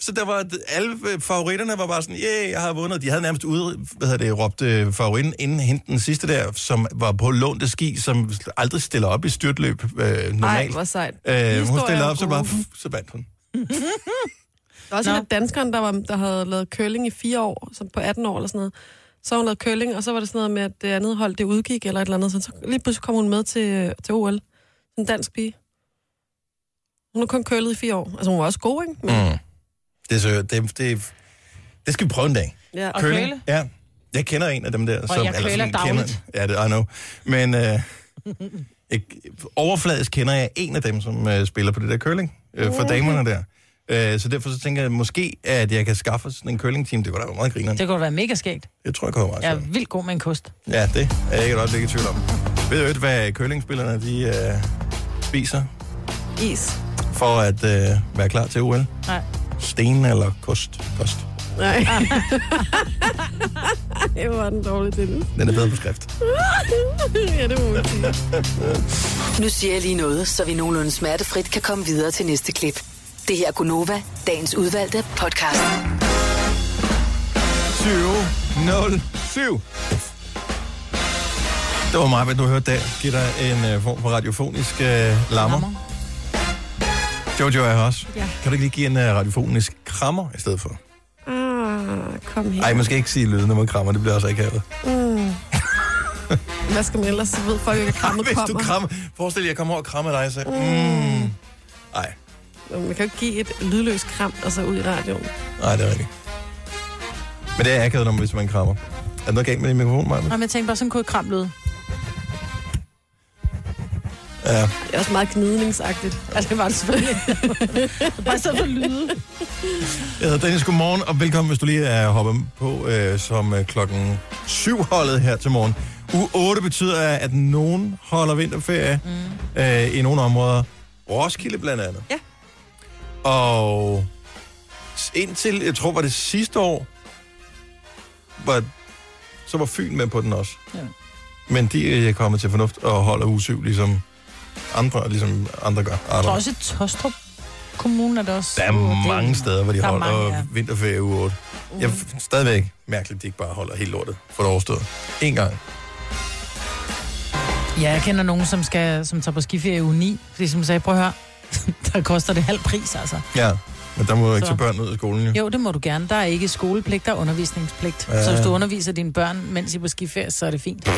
Speaker 1: Så der var alle øh, favoritterne var bare sådan, yeah, jeg har vundet. De havde nærmest ude, hvad hedder det, råbt øh, favoritten inden hende den sidste der, som var på lånte ski, som aldrig stiller op i styrtløb øh,
Speaker 2: Nej,
Speaker 1: normalt.
Speaker 2: hvor sejt.
Speaker 1: Ej, øh, hun
Speaker 2: Historie
Speaker 1: stiller
Speaker 2: om
Speaker 1: op, så bare,
Speaker 2: ugen.
Speaker 1: pff, så vandt hun.
Speaker 2: Der var også
Speaker 3: Nå.
Speaker 2: en af danskeren, der, var, der havde lavet curling i fire år, som på 18 år eller sådan noget. Så har hun lavet curling, og så var det sådan noget med, at det andet hold, det udgik eller et eller andet. Så, så lige pludselig kom hun med til, øh, til OL. Sådan En dansk pige. Hun har kun curlet i fire år. Altså, hun var også god, ikke? Men,
Speaker 1: Mm. Det, er så, det, det, det skal vi prøve en dag.
Speaker 2: ja.
Speaker 3: Og
Speaker 1: Curling?
Speaker 3: køle?
Speaker 1: Ja. Jeg kender en af dem der.
Speaker 3: jeg
Speaker 1: eller
Speaker 3: køler
Speaker 1: sådan, kender-
Speaker 3: dagligt.
Speaker 1: Ja, det I know. Men øh, jeg, overfladisk kender jeg en af dem, som øh, spiller på det der curling øh, for damerne der. Øh, så derfor så tænker jeg måske, at jeg kan skaffe sådan en curling-team. Det kunne da være meget grineren.
Speaker 3: Det kunne da være mega skægt.
Speaker 1: Det tror jeg kommer meget
Speaker 3: Jeg
Speaker 1: ja.
Speaker 3: er vildt god med en kost.
Speaker 1: ja, det er jeg ikke et øjeblik i tvivl om. Ved du ikke, hvad curlingspillerne de, øh, spiser
Speaker 2: Is.
Speaker 1: for at øh, være klar til OL?
Speaker 3: Nej.
Speaker 1: Sten eller kost? Kost.
Speaker 2: Nej.
Speaker 3: Ah.
Speaker 2: det var den dårlige til
Speaker 1: Den er bedre på skrift.
Speaker 2: ja, det må man sige.
Speaker 5: Nu siger jeg lige noget, så vi nogenlunde smertefrit kan komme videre til næste klip. Det her er Gunova, dagens udvalgte podcast.
Speaker 1: 707. Det var meget, hvad du hørte der. Giv dig en uh, form for radiofonisk uh, lammer. lammer. Jojo er her også. Ja. Kan du ikke lige give en uh, radiofonisk krammer i stedet for?
Speaker 2: Ah, kom her.
Speaker 1: Nej, man skal ikke sige lyden, når man krammer. Det bliver også ikke havet.
Speaker 2: Hvad skal man ellers? Så ved folk jo ikke, at krammet
Speaker 1: Hvis du
Speaker 2: kommer.
Speaker 1: krammer... Forestil dig, jeg kommer over og krammer dig, så... Mm. Nej,
Speaker 2: Man kan jo ikke give et lydløst kram, altså ud i radioen.
Speaker 1: nej, det er rigtigt. Men det er akavet, når man, hvis man krammer. Er der noget galt med din mikrofon, Maja?
Speaker 3: Jamen, jeg tænkte bare, sådan kunne jeg kramme lyde.
Speaker 1: Ja.
Speaker 2: Det er også meget gnidningsagtigt.
Speaker 3: Altså, det var det selvfølgelig. bare så for lyde.
Speaker 1: Jeg hedder Dennis, godmorgen, og velkommen, hvis du lige er hoppet på øh, som øh, klokken syv holdet her til morgen. U 8 betyder, at nogen holder vinterferie mm. øh, i nogle områder. Roskilde blandt andet.
Speaker 2: Ja.
Speaker 1: Og s- indtil, jeg tror, var det sidste år, var, så var Fyn med på den også.
Speaker 3: Ja.
Speaker 1: Men de øh, er kommet til fornuft og holder uge 7, ligesom andre, ligesom andre gør.
Speaker 3: Jeg tror også, i Tostrup Kommune er det også.
Speaker 1: Der er
Speaker 3: Åh, det
Speaker 1: mange steder, hvor de
Speaker 3: Der er
Speaker 1: holder
Speaker 3: mange,
Speaker 1: mange,
Speaker 3: ja. Mm.
Speaker 1: ja. vinterferie uge 8. Jeg er stadigvæk mærkeligt, at de ikke bare holder helt lortet for det overstået. En gang.
Speaker 3: Ja, jeg kender nogen, som, skal, som tager på skiferie i uge 9, fordi som sagde, prøv at høre, der koster det halv pris, altså.
Speaker 1: Ja. Men der må jo ikke
Speaker 3: Så.
Speaker 1: tage børn ud af skolen, jo.
Speaker 3: Jo, det må du gerne. Der er ikke skolepligt, der er undervisningspligt.
Speaker 1: Ja.
Speaker 3: Så hvis du underviser dine børn, mens I er på skiferie, så er det fint.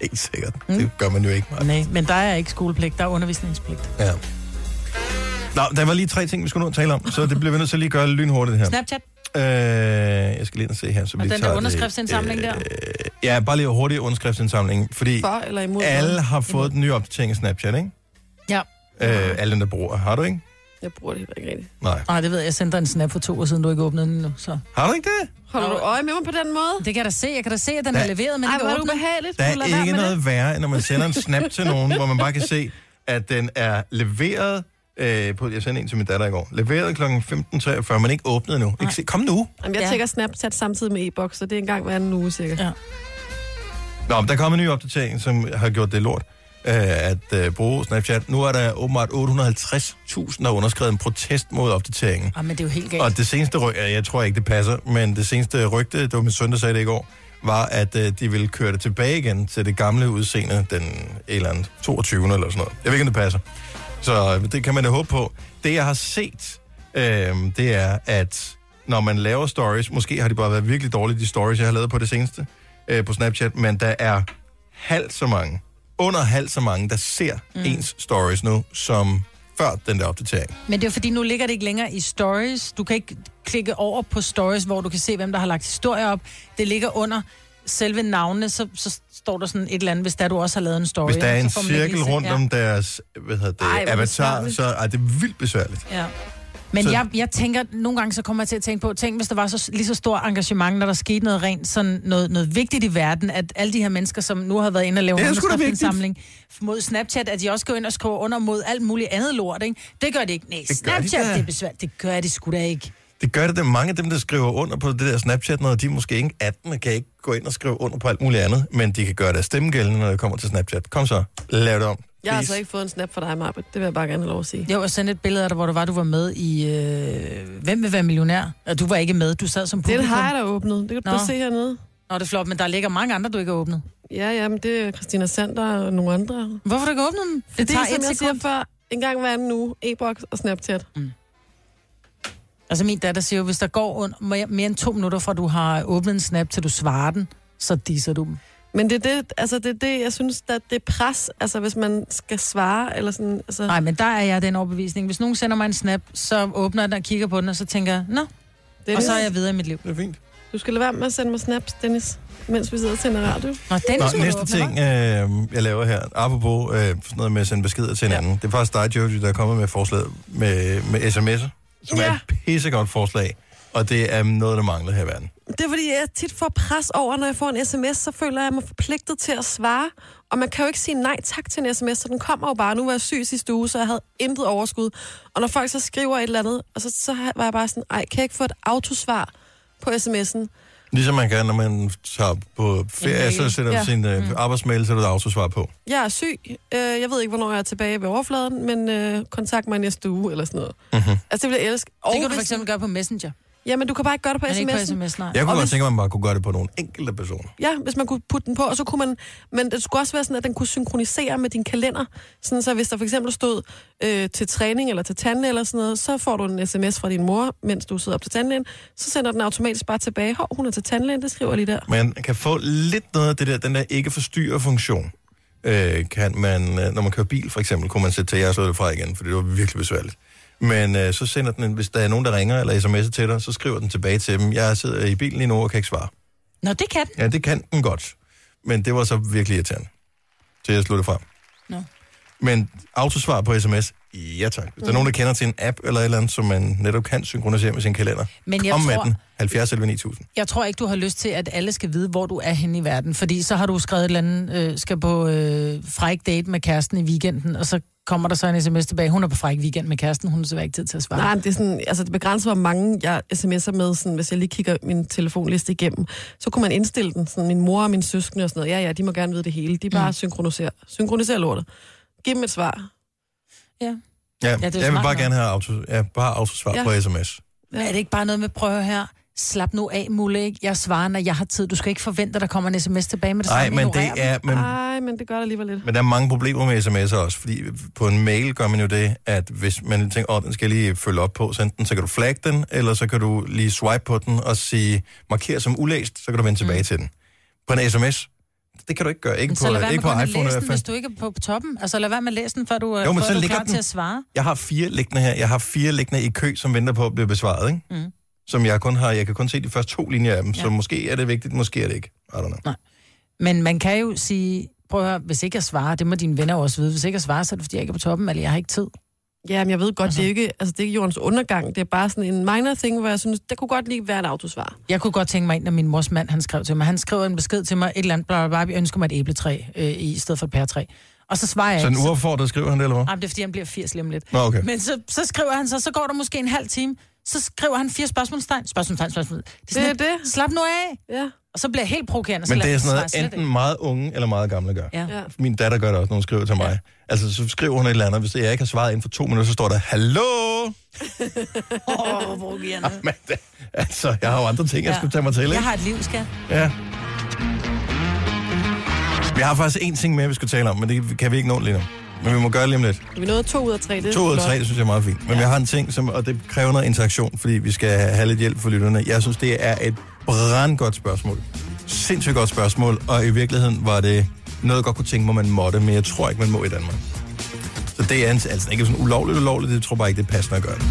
Speaker 1: Ikke sikkert.
Speaker 3: Mm.
Speaker 1: Det gør man jo ikke meget.
Speaker 3: Nej, men der er ikke skolepligt, der er undervisningspligt.
Speaker 1: Ja. Nå, der var lige tre ting, vi skulle nå at tale om, så det bliver vi nødt til at lige gøre lynhurtigt her.
Speaker 3: Snapchat,
Speaker 1: Øh, jeg skal lige ind og se her, så vi
Speaker 3: Og
Speaker 1: lige
Speaker 3: den der
Speaker 1: tager det, øh,
Speaker 3: underskriftsindsamling der?
Speaker 1: Ja, bare lige hurtigt underskriftsindsamling, fordi
Speaker 2: For eller imod?
Speaker 1: alle har fået den nye opdatering af Snapchat, ikke?
Speaker 3: Ja.
Speaker 1: Øh, alle dem, der bruger. Har du ikke?
Speaker 2: Jeg bruger det heller ikke rigtigt.
Speaker 1: Nej.
Speaker 3: Nej, det ved jeg. Jeg sendte dig en snap for to år siden, du ikke åbnede den nu. Så.
Speaker 1: Har du ikke det?
Speaker 2: Holder du øje med mig på den måde?
Speaker 3: Det kan jeg da se. Jeg kan da se, at den er
Speaker 1: Nej.
Speaker 3: leveret, men
Speaker 2: Ej,
Speaker 3: ikke
Speaker 2: hvor er det
Speaker 3: åbnet.
Speaker 2: ubehageligt.
Speaker 1: Der
Speaker 2: Du lader
Speaker 1: er
Speaker 2: være
Speaker 1: ikke
Speaker 2: med
Speaker 1: noget det. værre, end når man sender en snap til nogen, hvor man bare kan se, at den er leveret øh, på, jeg sendte en til min datter i går, leveret kl. 15.43, men ikke åbnet endnu. Ikke se, kom nu!
Speaker 2: Jamen, jeg
Speaker 3: Ja.
Speaker 2: ja. tjekker Snapchat samtidig med e-boks, så det er en gang hver anden uge cirka.
Speaker 3: Ja.
Speaker 2: Ja.
Speaker 1: Nå, men der kommer en ny opdatering, som har gjort det lort, øh, at øh, bruge Snapchat. Nu er der åbenbart 850.000, der har underskrevet en protest mod opdateringen.
Speaker 3: Ah, men det er jo helt galt.
Speaker 1: Og det seneste rygte, jeg tror ikke, det passer, men det seneste rygte, det var min søn, der sagde det i går, var, at øh, de ville køre det tilbage igen til det gamle udseende den et eller andet 22. eller sådan noget. Jeg ved ikke, om det passer. Så øh, det kan man da håbe på. Det, jeg har set, øh, det er, at når man laver stories, måske har de bare været virkelig dårlige, de stories, jeg har lavet på det seneste øh, på Snapchat, men der er halvt så mange, under halvt så mange, der ser mm. ens stories nu, som før den der opdatering.
Speaker 3: Men det er jo fordi, nu ligger det ikke længere i stories. Du kan ikke klikke over på stories, hvor du kan se, hvem der har lagt historier op. Det ligger under selve navnene, så, så står der sådan et eller andet, hvis der du også har lavet en story.
Speaker 1: Hvis der er en
Speaker 3: så får man ikke
Speaker 1: cirkel
Speaker 3: lige se-
Speaker 1: rundt om deres hvad hedder det,
Speaker 2: Ej,
Speaker 1: Ej,
Speaker 2: hvor
Speaker 1: avatar,
Speaker 2: besværligt.
Speaker 1: så er det vildt besværligt.
Speaker 3: Ja. Men
Speaker 1: Så-
Speaker 3: jeg, jeg tænker, nogle gange så kommer jeg til at tænke på, tænk hvis der var så, lige så stor engagement, når der skete noget rent, sådan noget, noget vigtigt i verden, at alle de her mennesker, som nu har været inde og lave
Speaker 1: Det er sgu da
Speaker 3: underskriftsindsamling mod Snapchat, at de også går ind og skriver under mod alt muligt andet lort, ikke? Det gør de ikke. Nej,
Speaker 1: Det gør de
Speaker 3: Snapchat,
Speaker 1: da.
Speaker 3: det er besværligt. Det gør de sgu da ikke.
Speaker 1: Det gør det, at mange af dem, der skriver under på det der Snapchat, når de er måske ikke 18 og kan ikke gå ind og skrive under på alt muligt andet, men de kan gøre deres stemme gældende, når det kommer til Snapchat. Kom så, lav det om.
Speaker 2: Jeg har
Speaker 1: Please.
Speaker 2: altså ikke fået en snap fra dig, Marbet. Det vil jeg bare gerne have lov at sige.
Speaker 3: Jo, og sendte et billede af dig, hvor du var, du var med i... Øh, Hvem vil være millionær? Og du var ikke med, du sad som publikum.
Speaker 2: Det har jeg da åbnet. Det kan du
Speaker 3: Nå.
Speaker 2: bare se hernede.
Speaker 3: Nå, det er flot, men der ligger mange andre, du ikke har åbnet.
Speaker 2: Ja, ja, men det er Christina Sander og nogle andre. Det,
Speaker 3: Hvorfor har du ikke åbnet dem? Det,
Speaker 2: det er,
Speaker 3: tager
Speaker 2: som
Speaker 3: et
Speaker 2: jeg
Speaker 3: sekund.
Speaker 2: siger før, en gang hver anden uge, e-boks og Snapchat.
Speaker 3: Altså min datter siger jo, hvis der går under, mere- mere end to minutter fra du har åbnet en snap, til du svarer den, så disser du dem.
Speaker 2: Men det er det, altså det, er det jeg synes, at det er pres, altså hvis man skal svare, eller sådan, altså...
Speaker 3: Nej, men der er jeg af den overbevisning. Hvis nogen sender mig en snap, så åbner jeg den og kigger på den, og så tænker jeg, nå,
Speaker 2: det
Speaker 3: og så er jeg videre i mit liv.
Speaker 1: Det er fint.
Speaker 2: Du skal lade være med at sende mig snaps, Dennis, mens vi sidder og tænder radio.
Speaker 3: Nå, den
Speaker 1: Nå,
Speaker 3: skulle du
Speaker 1: næste
Speaker 3: åbne,
Speaker 1: ting,
Speaker 3: hva'?
Speaker 1: øh, jeg laver her, apropos øh, sådan noget med at sende beskeder til hinanden, det er faktisk dig, Jojo, der er kommet med forslaget med, med sms'er, som ja. er
Speaker 2: Ja.
Speaker 1: et pissegodt forslag, og det er noget, der mangler her i verden.
Speaker 2: Det er, fordi jeg tit får pres over, når jeg får en sms, så føler jeg mig forpligtet til at svare. Og man kan jo ikke sige nej tak til en sms, så den kommer jo bare. Nu var jeg syg sidste uge, så jeg havde intet overskud. Og når folk så skriver et eller andet, og så, så var jeg bare sådan, ej, kan jeg ikke få et autosvar på sms'en?
Speaker 1: Ligesom man kan, når man tager på ferie,
Speaker 3: mail.
Speaker 1: så sætter du
Speaker 2: Ja. Mm.
Speaker 1: sin øh, arbejdsmail, så er der autosvar på.
Speaker 2: Jeg er syg, øh, jeg ved ikke, hvornår jeg er tilbage ved overfladen, men øh, kontakt mig i næste uge, eller sådan noget. Mm-hmm. Altså, det vil jeg elske. Og
Speaker 3: Det kan du for
Speaker 2: hvis-
Speaker 3: eksempel gøre på Messenger,
Speaker 2: Jamen, du kan bare ikke gøre det på
Speaker 3: men ikke på
Speaker 2: sms'en.
Speaker 3: sms, nej.
Speaker 1: Jeg kunne
Speaker 2: Og
Speaker 1: godt
Speaker 2: hvis-
Speaker 1: tænke mig, at man bare kunne gøre det på nogle enkelte personer.
Speaker 2: Ja, hvis man kunne putte den på, og så kunne man... Men det skulle også være sådan, at den kunne synkronisere med din kalender. Sådan så hvis der for eksempel stod øh, til træning eller til tandlæge eller sådan noget, så får du en sms fra din mor, mens du sidder op til tandlægen. Så sender den automatisk bare tilbage. Hov, hun er til tandlægen, det skriver jeg lige der.
Speaker 1: Man kan få lidt noget af det der, den der ikke forstyrrer funktion. Øh, kan man, øh, når man kører bil for eksempel, kunne man sætte til, at jeg har slået det fra igen, for det var virkelig besværligt. Men øh, så sender den, en- hvis der er nogen, der ringer eller sms'er til dig, så skriver den tilbage til dem, jeg sidder i bilen lige nu og kan ikke svare.
Speaker 3: Nå, det kan den.
Speaker 1: Ja, det kan den godt. Men det var så virkelig irriterende. Så jeg slog det fra.
Speaker 3: Nå.
Speaker 1: Men autosvar på sms, ja tak. Hvis
Speaker 3: Mm.
Speaker 1: der er nogen, der kender til en app eller et eller andet, som man netop kan synkronisere med sin kalender,
Speaker 3: Men jeg
Speaker 1: kom med
Speaker 3: tror-
Speaker 1: den. 70 11 9000.
Speaker 3: Jeg tror ikke, du har lyst til, at alle skal vide, hvor du er henne i verden. Fordi så har du skrevet et eller andet, øh, skal på øh, fræk date med kæresten i weekenden, og så kommer der så en sms tilbage, hun er på fræk weekend med kæresten, hun har så ikke tid til at svare.
Speaker 2: Nej, men det, er sådan, altså det begrænser, hvor mange jeg sms'er med, sådan, hvis jeg lige kigger min telefonliste igennem. Så kunne man indstille den, sådan, min mor og min søskende og sådan noget. Ja, ja, de må gerne vide det hele. De bare mm. synkroniserer, synkroniserer lortet. Giv dem et svar.
Speaker 3: Ja.
Speaker 1: Ja,
Speaker 3: det er
Speaker 1: jeg
Speaker 3: jo
Speaker 1: vil
Speaker 3: smart
Speaker 1: bare
Speaker 3: nok.
Speaker 1: gerne have auto, ja, bare autosvar ja.
Speaker 2: Ja.
Speaker 1: på sms.
Speaker 3: Men Er det ikke bare noget med, prøv at høre her, slap nu af, Mulle, ikke? Jeg svarer, når jeg har tid. Du skal ikke forvente, at der kommer en sms tilbage med det
Speaker 1: Nej,
Speaker 3: samme.
Speaker 1: men
Speaker 3: Ignorer
Speaker 1: det
Speaker 3: den.
Speaker 1: er... Men,
Speaker 2: Nej, men det gør der alligevel lidt.
Speaker 1: men der er mange problemer med sms'er også, fordi på en mail gør man jo det, at hvis man tænker, åh, den skal jeg lige følge op på, send den, så kan du flagge den, eller så kan du lige swipe på den og sige, marker som ulæst, så kan du vende tilbage mm. til den. På en sms, det kan du ikke gøre. Ikke
Speaker 3: Men så lad
Speaker 1: på,
Speaker 3: være
Speaker 1: ikke
Speaker 3: med
Speaker 1: på
Speaker 3: kun at
Speaker 1: iPhone i
Speaker 3: læse
Speaker 1: hvert
Speaker 3: den,
Speaker 1: fald.
Speaker 3: hvis du ikke er på på toppen. Altså lad være med at læse den, før du,
Speaker 1: Jo,
Speaker 3: jo,
Speaker 1: men
Speaker 3: før
Speaker 1: så
Speaker 3: du er
Speaker 1: ligger
Speaker 3: klar
Speaker 1: den.
Speaker 3: til at svare.
Speaker 1: Jeg har fire liggende her. Jeg har fire liggende i kø, som venter på at blive besvaret, ikke? Mm. Som jeg kun har. Jeg kan kun se de første to linjer af dem, ja. så måske er det vigtigt, måske er det ikke. I don't know.
Speaker 3: Men man kan jo sige, prøv at høre, hvis ikke jeg svarer, det må dine venner jo også vide, hvis ikke jeg svarer, så er det fordi, jeg ikke er på toppen, eller jeg har ikke tid.
Speaker 2: Ja, men jeg ved godt, altså. det er ikke, altså, det er ikke jordens undergang. Det er bare sådan en minor thing, hvor jeg synes, der kunne godt lige være et autosvar.
Speaker 3: Jeg kunne godt tænke mig ind, at min mors mand han skrev til mig. Han skrev en besked til mig, et eller andet, bla, bla, bla, jeg ønsker mig et æbletræ øh, i stedet for et pæretræ. Og så svarer jeg
Speaker 1: Så en
Speaker 3: ikke. Så,
Speaker 1: uaffordret skriver han det, eller hvad?
Speaker 3: jamen, det er fordi, han bliver 80 lige om lidt.
Speaker 1: Nå, okay.
Speaker 3: Men så, så skriver han så, så går der måske en halv time, så skriver han fire spørgsmålstegn, spørgsmålstegn, spørgsmål. Det er, sådan,
Speaker 2: Det er
Speaker 3: lidt, Slap nu af!
Speaker 2: Ja.
Speaker 3: Og så bliver jeg helt provokerende. så
Speaker 1: Men
Speaker 3: lader
Speaker 1: det er
Speaker 3: jeg
Speaker 1: sådan
Speaker 3: svare slet
Speaker 1: noget, enten
Speaker 3: ikke.
Speaker 1: meget unge eller meget gamle gør.
Speaker 3: Ja.
Speaker 2: Ja.
Speaker 1: Min datter gør det også, når hun skriver til mig. Altså, så skriver hun et eller andet. Hvis jeg ikke har svaret inden for to minutter, så står der, Hallo!
Speaker 3: Åh, oh, provokerende.
Speaker 1: Men det, altså, jeg har jo andre ting, jeg
Speaker 3: Ja.
Speaker 1: skal tage mig til, Ah, ikke?
Speaker 3: Jeg har et liv, skat.
Speaker 1: Ja. Vi har faktisk én ting mere, vi skal tale om, men det kan vi ikke nå lige nu. Men vi må gøre det lige om lidt.
Speaker 2: Vi nåede to ud af tre. Det er
Speaker 1: To ud af
Speaker 2: flot.
Speaker 1: tre, det synes jeg er meget fint. Men ja. jeg har en ting, som, og det kræver noget interaktion, fordi vi skal have lidt hjælp for lytterne. Jeg synes, det er et brandgodt spørgsmål. Sindssygt godt spørgsmål, og i virkeligheden var det noget, jeg godt kunne tænke mig, man måtte, men jeg tror ikke, man må i Danmark. Så det er altså altså ikke sådan ulovligt ulovligt, det tror jeg bare ikke, det er passende at gøre det.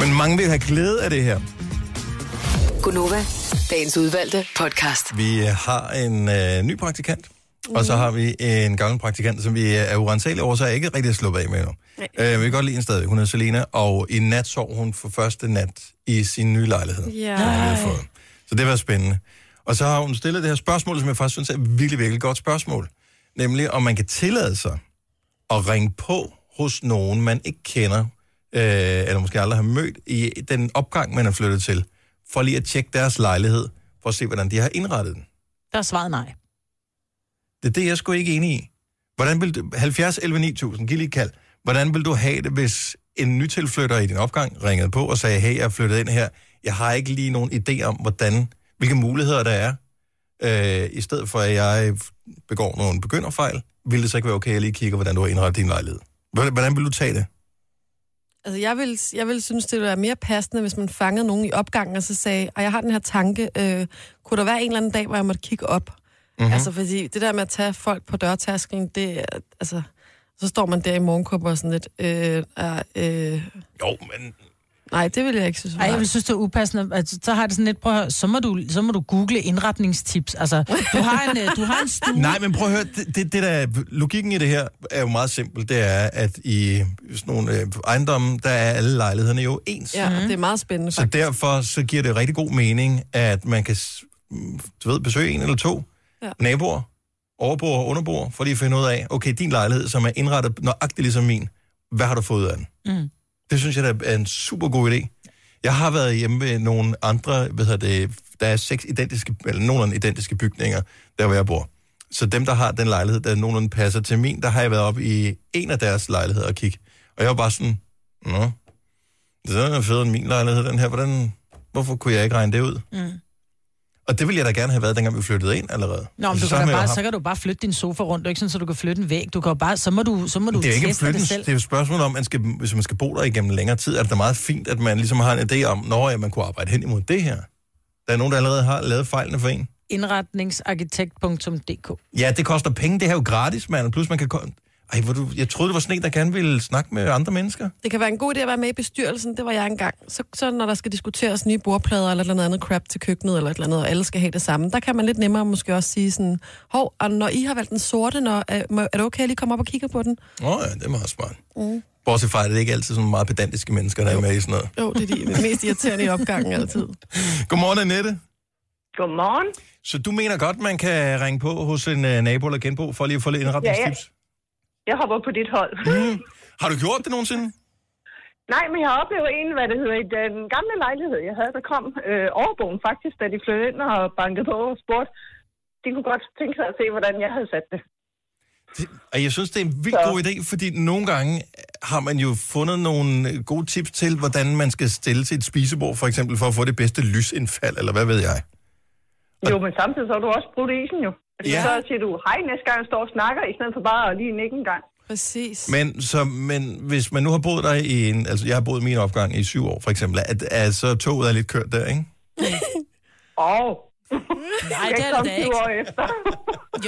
Speaker 1: Men mange vil have glæde af det her.
Speaker 5: Gunova, dagens udvalgte podcast.
Speaker 1: Vi har en øh, ny praktikant, mm. og så har vi en gammel praktikant, som vi øh, er urensagelige over, så er ikke rigtig er sluppet af med endnu. Øh, vi kan godt lide hende stadig. Hun hedder Selena, og i nat sov hun for første nat i sin nye lejlighed.
Speaker 2: Ja.
Speaker 1: som hun lige har fået. Så det var spændende. Og så har hun stillet det her spørgsmål, som jeg faktisk synes er et virkelig, virkelig godt spørgsmål. Nemlig, om man kan tillade sig at ringe på hos nogen, man ikke kender, øh, eller måske aldrig har mødt, i den opgang, man er flyttet til, for lige at tjekke deres lejlighed, for at se, hvordan de har indrettet den.
Speaker 3: Der er svaret nej.
Speaker 1: Det er det, jeg er sgu ikke enig i. Hvordan vil du, 70 11 9000, giv lige et kald. Hvordan vil du have det, hvis en nytilflytter i din opgang ringede på og sagde, hey, jeg er flyttet ind her. Jeg har ikke lige nogen idé om, hvordan, hvilke muligheder der er. Øh, I stedet for, at jeg begår nogle begynderfejl, ville det så ikke være okay, at jeg lige kigger, hvordan du har indrettet din lejlighed. Hvordan hvordan vil du tage det?
Speaker 2: Altså, jeg vil, jeg vil synes, det ville være mere passende, hvis man fangede nogen i opgangen, og så sagde, og jeg har den her tanke, øh, kunne der være en eller anden dag, hvor jeg måtte kigge op?
Speaker 1: Mhm.
Speaker 2: Mm-hmm. Altså, fordi det der med at tage folk på dørtasken, det er, altså, så står man der i morgenkåber og sådan lidt, øh, er, øh,
Speaker 1: Jo, men
Speaker 2: Nej, det vil jeg ikke synes. var
Speaker 3: Ej, jeg
Speaker 2: rart.
Speaker 3: vil synes, det er upassende. Altså, så har jeg det sådan lidt, prøv at høre, så må du, så må du google indretningstips. Altså, du har en, øh, du har en stue.
Speaker 1: Nej, men prøv at høre, det, det, det der, logikken i det her er jo meget simpel. Det er, at i sådan nogle øh, ejendomme, der er alle lejlighederne jo ens.
Speaker 2: Ja, mm. det
Speaker 3: Mhm.
Speaker 2: er meget spændende
Speaker 1: Så
Speaker 2: faktisk.
Speaker 1: derfor så giver det rigtig god mening, at man kan s- mm, du ved, besøge en eller to ja.
Speaker 2: Ja.
Speaker 1: naboer, overboer og underboer, for lige at finde ud af, okay, din lejlighed, som er indrettet nøjagtigt ligesom min, hvad har du fået ud af den?
Speaker 3: Mm.
Speaker 1: Det synes jeg der er en super god idé. Jeg har været hjemme ved nogle andre, hvad hedder det, der er seks identiske, eller nogenlunde identiske bygninger, der hvor jeg bor. Så dem, der har den lejlighed, der nogenlunde passer til min, der har jeg været op i en af deres lejligheder og kigge. Og jeg var bare sådan, nå, den er federe end min lejlighed, den her. Hvordan, hvorfor kunne jeg ikke regne det ud? Mm. Og det ville jeg da gerne have været, dengang vi flyttede ind allerede.
Speaker 3: Nå, men
Speaker 1: Altså,
Speaker 3: du
Speaker 1: så
Speaker 3: kan
Speaker 1: har
Speaker 3: da
Speaker 1: man jo
Speaker 3: bare,
Speaker 1: haft-
Speaker 3: så kan du bare flytte din sofa rundt, det er ikke sådan, så du kan flytte en væg. Du kan jo bare, så må du, så må du
Speaker 1: det er ikke
Speaker 3: teste det
Speaker 1: flyttens,
Speaker 3: selv.
Speaker 1: det er jo et spørgsmål om, man skal, hvis man skal bo der igennem længere tid, er det da meget fint, at man ligesom har en idé om, når ja, man kunne arbejde hen imod det her. Der er nogen, der allerede har lavet fejlene for en.
Speaker 3: Indretningsarkitekt.dk
Speaker 1: Ja, det koster penge, det her er jo gratis, mand. Plus man kan... ko- Ej, hvor du... jeg troede, det var sådan en, der gerne ville snakke med andre mennesker.
Speaker 2: Det kan være en god idé at være med i bestyrelsen, det var jeg engang. Så, så når der skal diskuteres nye bordplader eller et eller andet crap til køkkenet eller et eller andet, og alle skal have det samme, der kan man lidt nemmere måske også sige sådan, hov, og når I har valgt den sorte, når, er, må- er det okay, at jeg lige kommer op og kigger på den?
Speaker 1: Åh oh, ja, det er meget smart. Mm. Bortset fra, at det ikke altid sådan meget pedantiske mennesker, der er med i sådan noget.
Speaker 2: Jo, det er de mest irriterende i opgangen altid.
Speaker 1: Godmorgen, Annette.
Speaker 6: Godmorgen.
Speaker 1: Så du mener godt, man kan ringe på hos en øh, nabo eller genbo, for lige at få lidt indretningstips?
Speaker 6: Jeg hopper på dit hold.
Speaker 1: Mm. Har du gjort det nogensinde?
Speaker 6: Nej, men jeg oplever en, hvad det hedder, i den gamle lejlighed, jeg havde, der kom øh, overboen faktisk, da de flyttede ind og bankede på og spurgte, de kunne godt tænke sig at se, hvordan jeg havde sat det.
Speaker 1: Det, og jeg synes, det er en vildt
Speaker 6: Så-
Speaker 1: god idé, fordi nogle gange har man jo fundet nogle øh, gode tips til, hvordan man skal stille til et spisebord, for eksempel, for at få det bedste lysindfald, eller hvad ved jeg.
Speaker 6: Jo, men samtidig så har du også brudt isen jo. Altså,
Speaker 1: Ja.
Speaker 6: Så siger du, hej næste gang, jeg står og snakker, i stedet for bare at lige nikke en gang.
Speaker 2: Præcis.
Speaker 1: Men, så, men hvis man nu har boet der i en... Altså, jeg har boet i min opgang i syv år, for eksempel, at, at så toget er lidt kørt der, ikke?
Speaker 6: Åh,
Speaker 3: Nej,
Speaker 6: jeg
Speaker 3: det er
Speaker 6: kom
Speaker 3: det da
Speaker 6: 20
Speaker 3: ikke.
Speaker 6: år efter.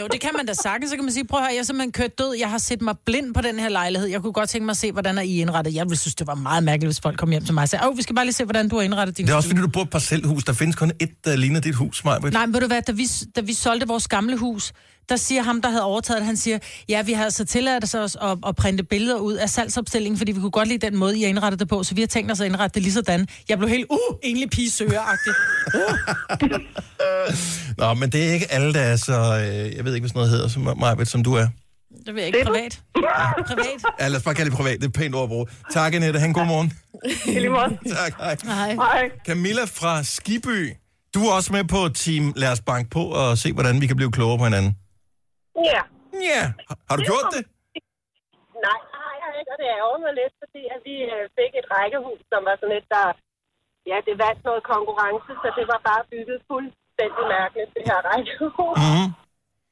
Speaker 3: Jo, det kan man da sagtens. Så kan man sige, prøv at høre, jeg er simpelthen kørt død. Jeg har set mig blind på den her lejlighed. Jeg kunne godt tænke mig at se, hvordan er I indrettet. Jeg ville synes, det var meget mærkeligt, hvis folk kom hjem til mig og sagde, åh, vi skal bare lige se, hvordan du har indrettet din
Speaker 1: Det er også,
Speaker 3: stue.
Speaker 1: fordi du bor i et parcelhus. Der findes kun et, der ligner dit hus, Maja.
Speaker 3: Nej, men ved du hvad, da vi, da vi solgte vores gamle hus, der siger ham, der havde overtaget det, han siger, ja, vi har altså tilladt os at, at, at printe billeder ud af salgsopstillingen, fordi vi kunne godt lide den måde, I har indrettet det på, så vi har tænkt os at indrette det lige sådan. Jeg blev helt, uh, egentlig pigesøger-agtig.
Speaker 1: Nå, men det er ikke alle, der er så... Øh, jeg ved ikke, hvad sådan noget hedder, som, Maja, som du er.
Speaker 3: Det vil jeg ikke privat. Privat.
Speaker 1: Ja, lad os bare kalde det privat. Det er et pænt ord at bruge. Tak, Annette. Han god morgen.
Speaker 6: I lige måde.
Speaker 1: tak, hej.
Speaker 3: Nej.
Speaker 6: Hej.
Speaker 1: Camilla fra Skiby. Du er også med på Team Lad os banke på og se, hvordan vi kan blive klogere på hinanden.
Speaker 7: Ja.
Speaker 1: Ja. Yeah. Har du gjort det?
Speaker 7: Nej, nej, jeg ikke, og det ærger mig lidt, fordi at vi øh, fik et rækkehus, som var sådan et, der... Ja, det vandt noget konkurrence, så det var bare bygget fuldstændig mærkeligt, det her rækkehus.
Speaker 1: Mhm.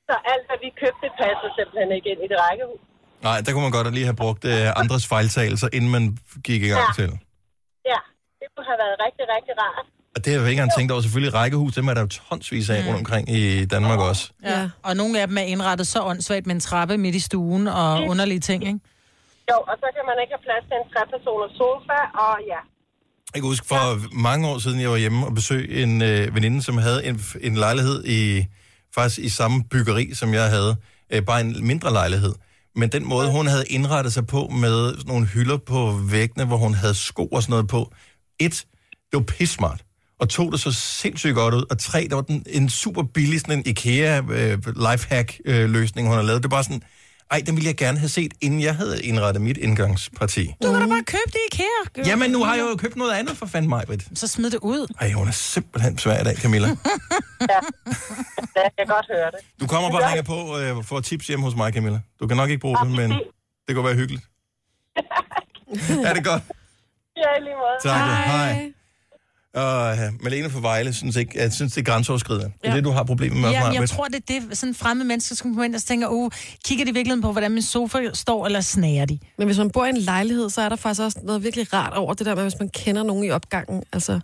Speaker 7: Så alt, hvad vi købte, passede simpelthen ikke ind i det rækkehus.
Speaker 1: Nej, der kunne man godt lige have brugt øh, andres fejltagelser, inden man gik i gang
Speaker 7: Ja.
Speaker 1: til.
Speaker 7: Ja, det kunne have været rigtig, rigtig rart.
Speaker 1: Og det har jeg ikke engang tænkt over. Selvfølgelig rækkehus, dem er der jo tonsvis af rundt omkring i Danmark også.
Speaker 3: Ja. Og nogle af dem er indrettet så åndssvagt med en trappe midt i stuen og underlige ting, ikke?
Speaker 7: Jo, og så kan man ikke have plads til en trepersoners sofa, og ja.
Speaker 1: Jeg kan huske, for mange år siden, jeg var hjemme og besøgte en øh, veninde, som havde en, en lejlighed i faktisk i samme byggeri, som jeg havde. Øh, bare en mindre lejlighed. Men den måde, hun havde indrettet sig på med sådan nogle hylder på væggene, hvor hun havde sko og sådan noget på. Et, det var pissmart. Og to, det så sindssygt godt ud. Og tre, der var den, en super billig sådan en IKEA øh, lifehack-løsning, øh, løsning, hun havde lavet. Det var bare sådan, ej, den ville jeg gerne have set, inden jeg havde indrettet mit indgangsparti.
Speaker 3: Du kan da bare købe det i IKEA.
Speaker 1: Jamen, nu har jeg jo købt noget andet for fanden mig, Britt.
Speaker 3: Så smid det ud.
Speaker 1: Ej, hun er simpelthen svær i dag, Camilla.
Speaker 7: Ja, jeg kan godt høre det.
Speaker 1: Du kommer bare og ringer på øh, og får tips hjemme hos mig, Camilla. Du kan nok ikke bruge det, men det kunne være hyggeligt. er det godt?
Speaker 7: Ja, i lige måde.
Speaker 1: Tak. Hej. Og uh, Malene fra Vejle synes, ikke, jeg synes, det er grænseoverskridende. Det er
Speaker 2: Ja.
Speaker 1: det, du har problemer med.
Speaker 3: Jamen,
Speaker 1: Maja.
Speaker 3: jeg tror, det er det, sådan fremmede mennesker som kommer ind og tænker, oh, kigger de i virkeligheden på, hvordan min sofa står, eller snager de?
Speaker 2: Men hvis man bor i en lejlighed, så er der faktisk også noget virkelig rart over det der med, hvis man kender nogen i opgangen. Altså,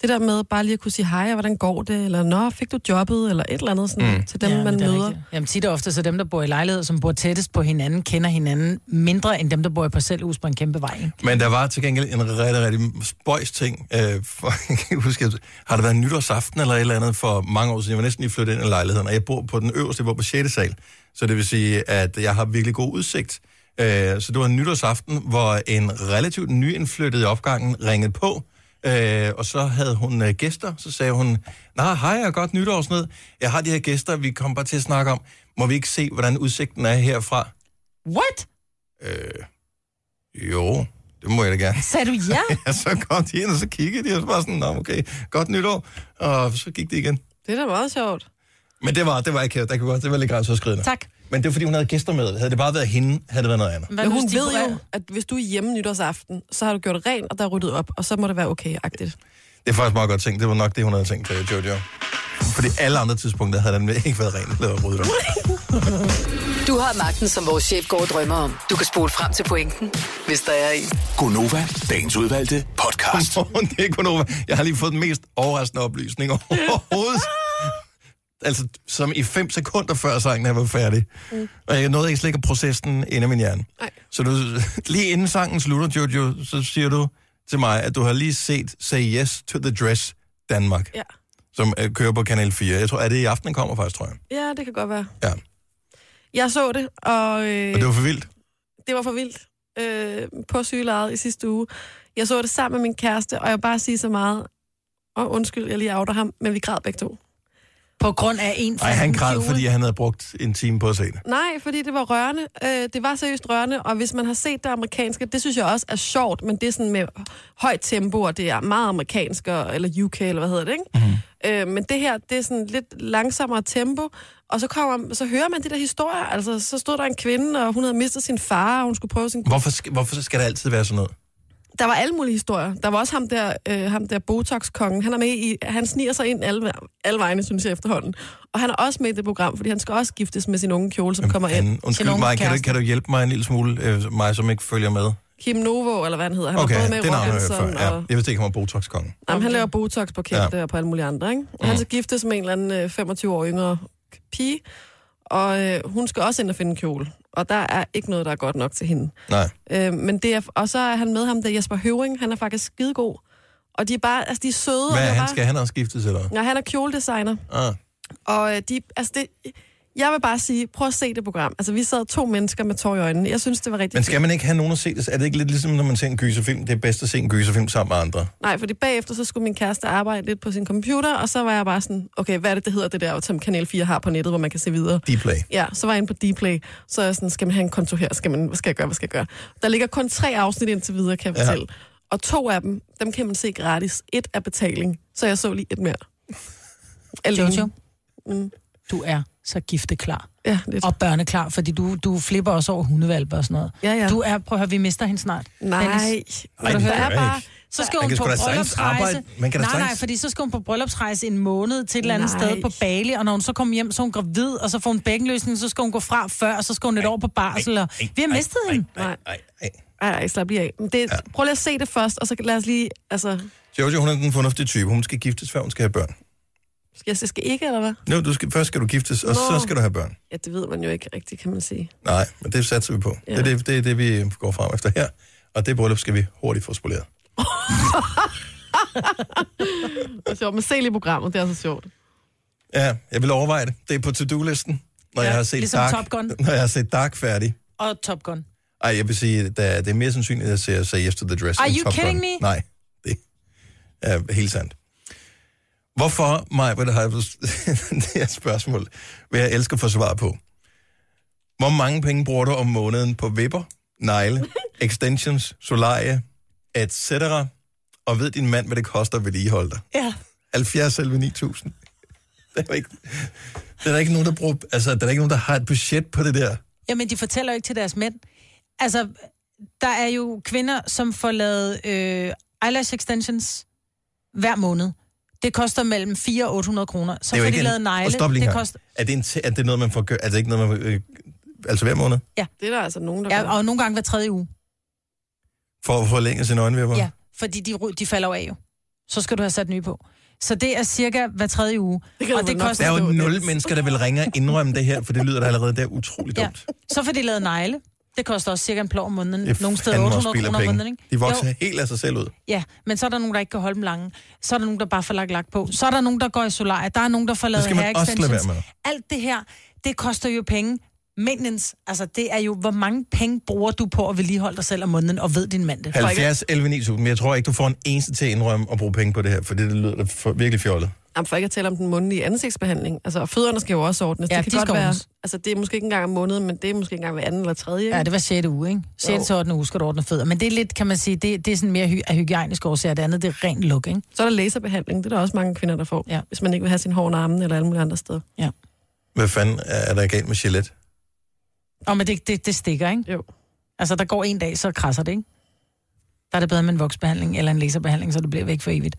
Speaker 2: Det der med bare lige at kunne sige hej, og hvordan går det, eller nå, fik du jobbet, eller et eller andet sådan, mm. til dem, ja, man
Speaker 3: men det er
Speaker 2: møder.
Speaker 3: rigtigt. Jamen tit og ofte, så dem, der bor i lejligheder, som bor tættest på hinanden, kender hinanden mindre end dem, der bor i parcelhus på en kæmpe vej. ikke?
Speaker 1: Men der var til gengæld en rigtig, rigtig spøjs ting. Øh, for, jeg kan ikke huske, har det været nytårsaften eller et eller andet for mange år siden? Jeg var næsten lige flyttet ind i lejligheden, og jeg bor på den øverste, jeg bor på 6. sal. Så det vil sige, at jeg har virkelig god udsigt. Øh, så det var en nytårsaften, hvor en relativt nyindflyttet i opgangen ringede på, øh, og så havde hun øh, gæster. Så sagde hun, nej, hej og godt nytår og sådan noget. Jeg har de her gæster, vi kommer bare til at snakke om. Må vi ikke se, hvordan udsigten er herfra? Øh,
Speaker 3: What?
Speaker 1: Jo, det må jeg da gerne.
Speaker 3: Sagde du ja?
Speaker 1: Ja, så kom de ind, og så kiggede de, og så var sådan, Nå, okay, godt nytår. Og så gik det igen.
Speaker 2: Det er da meget sjovt.
Speaker 1: Men det var, det var ikke, der kunne godt, det var lidt grænseoverskridende.
Speaker 3: tak.
Speaker 1: Men det var, fordi hun havde gæster med. Havde det bare været hende, havde det været noget andet.
Speaker 3: Hvad
Speaker 2: Men
Speaker 3: nu,
Speaker 2: hun
Speaker 3: hvis de
Speaker 2: ved
Speaker 3: bor-
Speaker 2: jo, at hvis du er hjemme nytårsaften, så har du gjort rent, og der er ryddet op, og så må det være okay-agtigt.
Speaker 1: Det er faktisk meget godt tænkt. Det var nok det, hun havde tænkt til Jojo. Fordi alle andre tidspunkter havde den ikke været ren eller ryddet op.
Speaker 5: Du har magten, som vores chef går og drømmer om. Du kan spole frem til pointen, hvis der er en.
Speaker 4: Gonova, dagens udvalgte podcast.
Speaker 1: Godmorgen, det er Gunova. Jeg har lige fået den mest overraskende oplysning overhovedet. altså, som i 5 sekunder før sangen er var færdig. Mm. Og jeg nåede ikke slet ikke at processe den inde i min hjerne.
Speaker 2: Nej.
Speaker 1: Så du, lige inden sangen slutter, Jojo, så siger du til mig, at du har lige set Say Yes to the Dress Danmark,
Speaker 2: Ja.
Speaker 1: som øh, kører på Kanal 4. Jeg tror, at det i aften den kommer faktisk, tror jeg.
Speaker 2: ja, det kan godt være.
Speaker 1: Ja.
Speaker 2: Jeg så det, og, øh,
Speaker 1: Og det var for vildt.
Speaker 2: det var for vildt øh, på sygelejet i sidste uge. Jeg så det sammen med min kæreste, og jeg vil bare sige så meget, og undskyld, jeg lige outer ham, men vi græd begge to.
Speaker 3: På grund af en
Speaker 1: Nej, han
Speaker 3: fanden
Speaker 1: græd,
Speaker 3: kjole.
Speaker 1: fordi han havde brugt en time på at se det.
Speaker 2: Nej, fordi det var rørende. Øh, det var seriøst rørende, og hvis man har set det amerikanske, det synes jeg også er sjovt, men det er sådan med højt tempo, og det er meget amerikansk, og- eller UK, eller hvad hedder det, ikke? Mm. Øh, men det her, det er sådan lidt langsommere tempo, og så, kommer, så hører man de der historier. Altså, så stod der en kvinde, og hun havde mistet sin far, og hun skulle prøve sin
Speaker 1: Hvorfor skal, hvorfor skal der altid være sådan noget?
Speaker 2: der var alle mulige historier. Der var også ham der, øh, ham der Botox-kongen. Han, er med i, han sniger sig ind alle, alle vegne, synes jeg efterhånden. Og han er også med i det program, fordi han skal også giftes med sin unge kjole, som kommer ind.
Speaker 1: Han, undskyld
Speaker 3: nogen
Speaker 1: mig, kan du,
Speaker 3: kæreste.
Speaker 1: kan du hjælpe mig en lille smule, øh, mig som ikke følger med?
Speaker 2: Kim Novo, eller hvad han hedder. Han
Speaker 1: Okay,
Speaker 2: var både med
Speaker 1: det
Speaker 2: i
Speaker 1: navn har jeg
Speaker 2: Robinson,
Speaker 1: hørt før. Ja,
Speaker 2: og...
Speaker 1: jeg vidste ikke, han var Botox-kongen.
Speaker 2: Jamen, han laver Botox på kendte ja. og på alle mulige andre,
Speaker 1: Mm.
Speaker 2: ikke? Og han skal giftes med en eller anden øh, 25 år yngre pige, og øh, hun skal også ind og finde en kjole. Og der er ikke noget, der er godt nok til hende.
Speaker 1: Nej.
Speaker 2: Øh, men det er, og så er han med ham, der Jesper Høving. Han er faktisk skidegod. Og de er bare, altså de er søde. og
Speaker 1: Hvad
Speaker 2: de
Speaker 1: er
Speaker 2: er
Speaker 1: han?
Speaker 2: bare...
Speaker 1: Skal han også skiftes, eller?
Speaker 2: Ja, han er kjoledesigner.
Speaker 1: Ah.
Speaker 2: Og øh, de, altså det, jeg vil bare sige, prøv at se det program. Altså, vi sad to mennesker med tår i øjnene. Jeg synes, det var rigtig
Speaker 1: Men skal man ikke have nogen at se det? Er det ikke lidt ligesom, når man ser en gyserfilm? Det er bedst at se en gyserfilm sammen med andre.
Speaker 2: Nej, fordi bagefter, så skulle min kæreste arbejde lidt på sin computer, og så var jeg bare sådan, okay, hvad er det, det hedder det der, som Kanal 4 har på nettet, hvor man kan se videre?
Speaker 1: Dplay.
Speaker 2: Ja, så var jeg inde på Dplay, så er jeg sådan, skal man have en konto her? Skal man, hvad skal jeg gøre? Hvad skal jeg gøre? Der ligger kun tre afsnit indtil videre, kan jeg
Speaker 1: Ja.
Speaker 2: fortælle. Og to af dem, dem kan man se gratis. Et er betaling, så jeg så lige et mere. Alene.
Speaker 3: Jojo,
Speaker 2: Mm.
Speaker 3: du er så gifteklar.
Speaker 2: Ja, lidt.
Speaker 3: Og børneklar, fordi du, du flipper også over hundevalper og sådan noget.
Speaker 2: Ja, ja.
Speaker 3: Du er, prøv at høre, vi mister hende snart.
Speaker 2: Nej.
Speaker 1: Ej, det
Speaker 3: Vil du
Speaker 1: gør
Speaker 3: høre?
Speaker 1: jeg ikke.
Speaker 3: Så skal
Speaker 1: Man
Speaker 3: hun
Speaker 1: kan
Speaker 3: på
Speaker 1: sgu da sagtens
Speaker 3: bryllupsrejse.
Speaker 1: arbejde- man kan da
Speaker 3: nej, nej,
Speaker 1: sagtens-
Speaker 3: fordi så skal hun på bryllupsrejse en måned til et eller andet
Speaker 2: Nej.
Speaker 3: sted på Bali, og når hun så kommer hjem, så er hun gravid, og så får hun bækkenløsning, så skal hun gå fra før, og så skal hun et år på barsel, og vi har mistet hende.
Speaker 1: Nej, nej, nej.
Speaker 2: Ej, ej, slap lige af. Men det, ja. Prøv lige at se det først, og så lad os lige... Altså,
Speaker 1: Jojo, hun er den fornuftige type. Hun skal giftes, før hun skal have børn.
Speaker 2: skal jeg sige, skal ikke, eller hvad?
Speaker 1: Nu, du skal, først skal du giftes, og
Speaker 2: Nå.
Speaker 1: så skal du have børn.
Speaker 2: Ja, det ved man jo ikke rigtigt, kan man sige.
Speaker 1: Nej, men det satser vi på. Ja. Det, er det, det er det, vi går frem efter her. Og det bryllup skal vi hurtigt få spoleret.
Speaker 2: Det er sjovt, men se lige programmet, det er så sjovt.
Speaker 1: Ja, jeg vil overveje det. Det er på to-do-listen, når, ja, jeg, har set
Speaker 3: ligesom
Speaker 1: Dark,
Speaker 3: Top Gun.
Speaker 1: når jeg har set Dark færdig.
Speaker 3: Og Top Gun.
Speaker 1: Ej, jeg vil sige, at der- det er mere sandsynligt, at jeg ser Say Yes to the Dress
Speaker 3: Are
Speaker 1: end
Speaker 3: you
Speaker 1: Top
Speaker 3: kidding
Speaker 1: Gun.
Speaker 3: me?
Speaker 1: Nej, det er helt sandt. Hvorfor, Maja, vil der have det her spørgsmål, vil jeg elske at få svar på. Hvor mange penge bruger du om måneden på vipper, negle, extensions, solarie, etc.? Og ved din mand, hvad det koster at vedligeholde dig?
Speaker 3: Ja.
Speaker 1: 70 selv 9000. Der er, jo ikke, der er ikke nogen, der bruger, altså, der er ikke nogen, der har et budget på det der.
Speaker 3: Jamen, de fortæller jo ikke til deres mænd. Altså, der er jo kvinder, som får lavet øh, eyelash extensions hver måned. Det koster mellem 400 og 800 kroner. Så
Speaker 1: det er
Speaker 3: får
Speaker 1: jo
Speaker 3: de
Speaker 1: ikke
Speaker 3: lavet
Speaker 1: en...
Speaker 3: negle.
Speaker 1: Og stop lige
Speaker 3: det
Speaker 1: det
Speaker 3: koster,
Speaker 1: Er det, en t- er det noget, man får gør... Er det ikke noget, man... Øh, altså hver måned?
Speaker 2: Det er der altså nogen, der gør.
Speaker 3: ja, og nogle gange hver tredje uge.
Speaker 1: For at forlænge sine øjenvipper?
Speaker 3: Ja, fordi de, ry- de falder jo af jo. så skal du have sat nye på. Så det er cirka hver tredje uge.
Speaker 2: Det kan
Speaker 3: og
Speaker 2: du
Speaker 3: det
Speaker 2: vel nok
Speaker 1: Der
Speaker 3: koster,
Speaker 1: er jo
Speaker 2: Forstå
Speaker 1: nul
Speaker 2: det.
Speaker 1: mennesker, der vil ringe og indrømme det her, for det lyder da allerede der utroligt
Speaker 3: ja.
Speaker 1: dumt.
Speaker 3: Så får de lavet negle. Det koster også cirka en plov om måneden.
Speaker 1: Det er
Speaker 3: Nogle steder
Speaker 1: fandme
Speaker 3: 800
Speaker 1: spild af
Speaker 3: kroner om
Speaker 1: penge.
Speaker 3: måneden, ikke?
Speaker 1: De vokser
Speaker 3: Jo.
Speaker 1: helt af sig selv ud.
Speaker 3: Ja, men så er der nogen, der ikke kan holde dem lange. Så er der nogen, der bare får lagt lagt på. Så er der nogen, der går i solarie. Der er nogen, der får lavet
Speaker 1: skal man
Speaker 3: hair
Speaker 1: også lade
Speaker 3: extensions.
Speaker 1: være med.
Speaker 3: Alt det her, det koster jo penge. Maintenance, altså det er jo, hvor mange penge bruger du på at vedligeholde dig selv om måneden, og ved din mand det?
Speaker 1: 70, 11, 9000. Men jeg tror ikke, du får en eneste til at indrømme at bruge penge på det her, for det lyder da for, virkelig fjollet.
Speaker 2: Jamen, for ikke at tale om den mundlige ansigtsbehandling. Altså, og fødderne skal jo også ordnes.
Speaker 3: Ja,
Speaker 2: det kan
Speaker 3: de
Speaker 2: godt
Speaker 3: skal
Speaker 2: være,
Speaker 3: ordnes.
Speaker 2: altså, det er måske ikke engang om måneden, men det er måske ikke engang hver anden eller tredje.
Speaker 3: Ja,
Speaker 2: Ikke?
Speaker 3: det var 6. uge, ikke? 6. til 8. uge skal du ordne fødder. Men det er lidt, kan man sige, det, det er sådan mere hy- af hygiejniske årsager. Det andet, det er rent luk, ikke?
Speaker 2: Så er der laserbehandling. Det er der også mange kvinder, der får,
Speaker 3: Ja.
Speaker 2: ja. hvis man ikke vil have sin hår under armen eller alle mulige andre steder.
Speaker 3: Ja.
Speaker 1: Hvad fanden er der galt med Gillette?
Speaker 3: Og men det, det, det stikker, ikke?
Speaker 2: Jo.
Speaker 3: Altså, der går en dag, så krasser det, ikke? Der er det bedre med en voksbehandling eller en laserbehandling, så det bliver væk for evigt.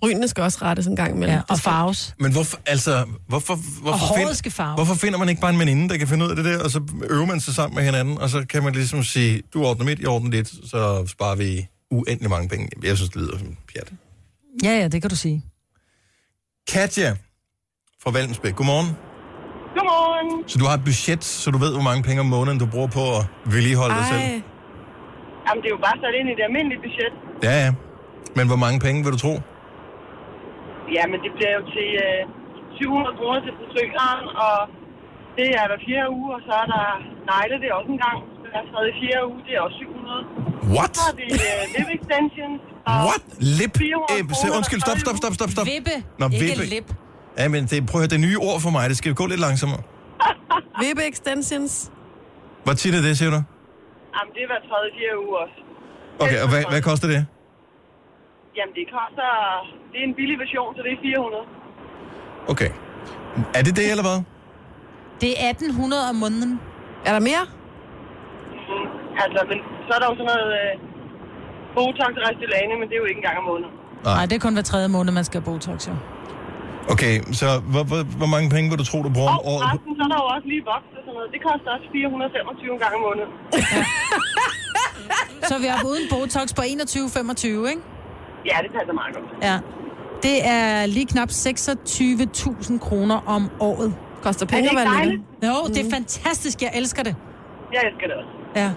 Speaker 2: Brynene skal også rettes en gang imellem.
Speaker 3: Ja, og
Speaker 2: Det skal-
Speaker 3: farves.
Speaker 1: Men hvorfor, altså, hvorfor,
Speaker 3: Og
Speaker 1: hvorfor,
Speaker 3: håret skal farves.
Speaker 1: hvorfor finder man ikke bare en veninde, der kan finde ud af det der, og så øver man sig sammen med hinanden, og så kan man ligesom sige, du ordner mit, jeg ordner dit, så sparer vi uendelig mange penge. Jeg synes, det lyder som pjat.
Speaker 3: Ja, ja, det kan du sige.
Speaker 1: Katja fra Valensbæk, godmorgen.
Speaker 6: Godmorgen.
Speaker 1: Så du har et budget, så du ved, hvor mange penge om måneden, du bruger på at vedligeholde dig selv.
Speaker 2: Ej,
Speaker 6: Jamen, det er jo bare sat ind i det almindelige budget.
Speaker 1: Ja, ja. Men hvor mange penge vil du tro?
Speaker 6: Jamen, det bliver jo til øh, 700 kroner til frisøren, og det er hver fjerde uge, og så er der negle, det er også en gang. Hver tredje fjerde uge, det er også 700.
Speaker 1: What?
Speaker 6: Så har vi øh, lip extensions. Og
Speaker 1: What? Lip?
Speaker 6: 400
Speaker 1: Øh, se, undskyld, stop, stop, stop, stop, stop.
Speaker 3: Vippe,
Speaker 1: Nå,
Speaker 3: ikke
Speaker 1: vippe.
Speaker 3: lip.
Speaker 1: Ja, men det, prøv at høre, det er nye ord for mig. Det skal gå lidt langsommere.
Speaker 2: vippe extensions.
Speaker 1: Hvor tit er det, siger du?
Speaker 6: Jamen, det er hver tredje fjerde uge også.
Speaker 1: Okay, og hvad, hvad koster det?
Speaker 6: Jamen, det koster... Det er en billig version, så det er 400.
Speaker 1: Okay. Er det det, eller hvad?
Speaker 3: Det er 1800 om måneden.
Speaker 2: Er der mere?
Speaker 6: Mm. Altså, men så er der jo sådan noget... Øh, Botox og Restylane, men det er jo ikke engang om måneden.
Speaker 3: Nej, det er kun hver tredje måned, man skal have Botox, jo.
Speaker 1: Okay, så hvor, hvor, hvor mange penge vil du tro, du bruger om
Speaker 6: Og
Speaker 1: året? på-
Speaker 6: resten, så er der jo også lige voks og sådan noget. Det koster også 425 gange om måneden.
Speaker 3: Så er vi oppe uden Botox på 21,25, ikke?
Speaker 6: Ja, det passer meget godt.
Speaker 3: Ja. Det er lige knap 26.000 kroner om året.
Speaker 2: Koster
Speaker 6: Er
Speaker 2: penge
Speaker 6: det
Speaker 2: at
Speaker 6: ikke
Speaker 2: være
Speaker 6: dejligt?
Speaker 2: lille.
Speaker 3: Jo, det er fantastisk. Jeg elsker det.
Speaker 6: Jeg elsker det også.
Speaker 3: Ja.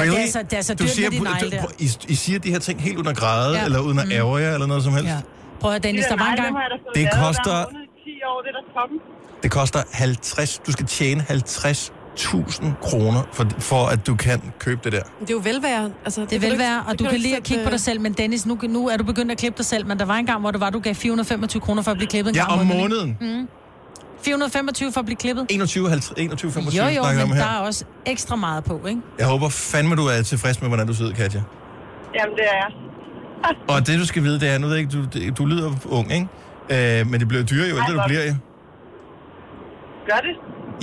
Speaker 1: Really?
Speaker 3: det er så- Altså, det er så
Speaker 1: Du
Speaker 3: dyrt med
Speaker 1: siger,
Speaker 3: de
Speaker 1: du-
Speaker 3: negle
Speaker 1: du-
Speaker 3: der.
Speaker 1: prøv- I, I siger de her ting helt uden at græde,
Speaker 3: Ja. Mm.
Speaker 1: ja. eller uden at ærge jer, eller noget som helst.
Speaker 3: ja.
Speaker 1: Ja.
Speaker 3: Prøv at høre, Dennis, der var engang...
Speaker 1: Det koster-
Speaker 6: I 10 år, det er der toppen.
Speaker 1: Det koster 50... Du skal tjene 50.000 kroner, for, for at du kan købe det der.
Speaker 2: Det er jo velvære. Altså,
Speaker 3: Det
Speaker 2: kan
Speaker 3: vil
Speaker 2: ikke-
Speaker 3: være,
Speaker 2: det
Speaker 3: og du kan
Speaker 2: ikke
Speaker 3: lige at
Speaker 2: sætte,
Speaker 3: kigge på
Speaker 2: øh,
Speaker 3: dig selv, men Dennis, nu, nu er du begyndt at klippe dig selv, men der var en gang, hvor det var, du gav 425 kroner for at blive klippet en gang
Speaker 1: Ja, om
Speaker 3: ikke?
Speaker 1: måneden. Mm.
Speaker 3: 425 for at blive klippet.
Speaker 1: 21, 50, 21, 25,
Speaker 3: Jo, jo,
Speaker 1: snakker vi om
Speaker 3: men
Speaker 1: her.
Speaker 3: der er også ekstra meget på, ikke?
Speaker 1: Jeg håber fandme, du er tilfreds med, hvordan du sidder, Katja.
Speaker 6: Jamen, det er jeg.
Speaker 1: Og det, du skal vide, det er, nu ved jeg ikke, du, det- du lyder ung, ikke? Øh, men det bliver dyrere jo ældre du
Speaker 6: hvor-
Speaker 1: bliver, ja.
Speaker 6: Gør det?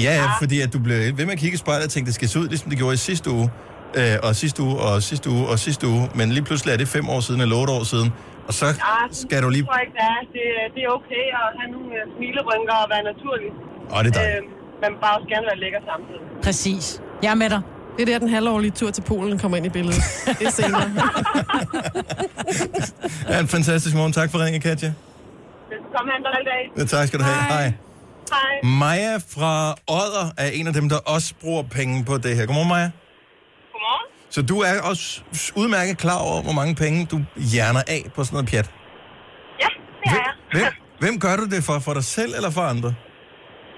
Speaker 1: Ja, ja, fordi at du bliver ved med at kigge i spejlet og tænke, det skal se ud, ligesom det gjorde i sidste uge, øh, og sidste uge, og sidste uge, og sidste uge. Men lige pludselig er det fem år siden, eller otte år siden, og så
Speaker 6: Ah,
Speaker 1: skal du lige...
Speaker 6: Det tror jeg ikke, det er. Det, det er okay at have nogle øh, smilerynker og være naturlig.
Speaker 1: Åh, det er
Speaker 6: Øh,
Speaker 1: dejligt.
Speaker 6: man vil bare også gerne være lækker samtidig.
Speaker 3: Præcis. Jeg er med dig.
Speaker 2: Det er der, den halvårlige tur til Polen kommer ind i billedet. Det er senere.
Speaker 6: Øh.
Speaker 1: Ja, en fantastisk morgen. Tak for ringen, Katja.
Speaker 6: Velkommen hen dig i dag.
Speaker 1: Ja, tak skal du have. Hej.
Speaker 6: Hej.
Speaker 1: Maja fra Odder er en af dem, der også bruger penge på det her. Godmorgen, Maja.
Speaker 6: Godmorgen.
Speaker 1: Så du er også udmærket klar over, hvor mange penge du hjerner af på sådan noget pjat.
Speaker 6: Ja, det er
Speaker 1: Hvem,
Speaker 6: jeg.
Speaker 1: hvem, hvem gør du det for? For dig selv eller for andre?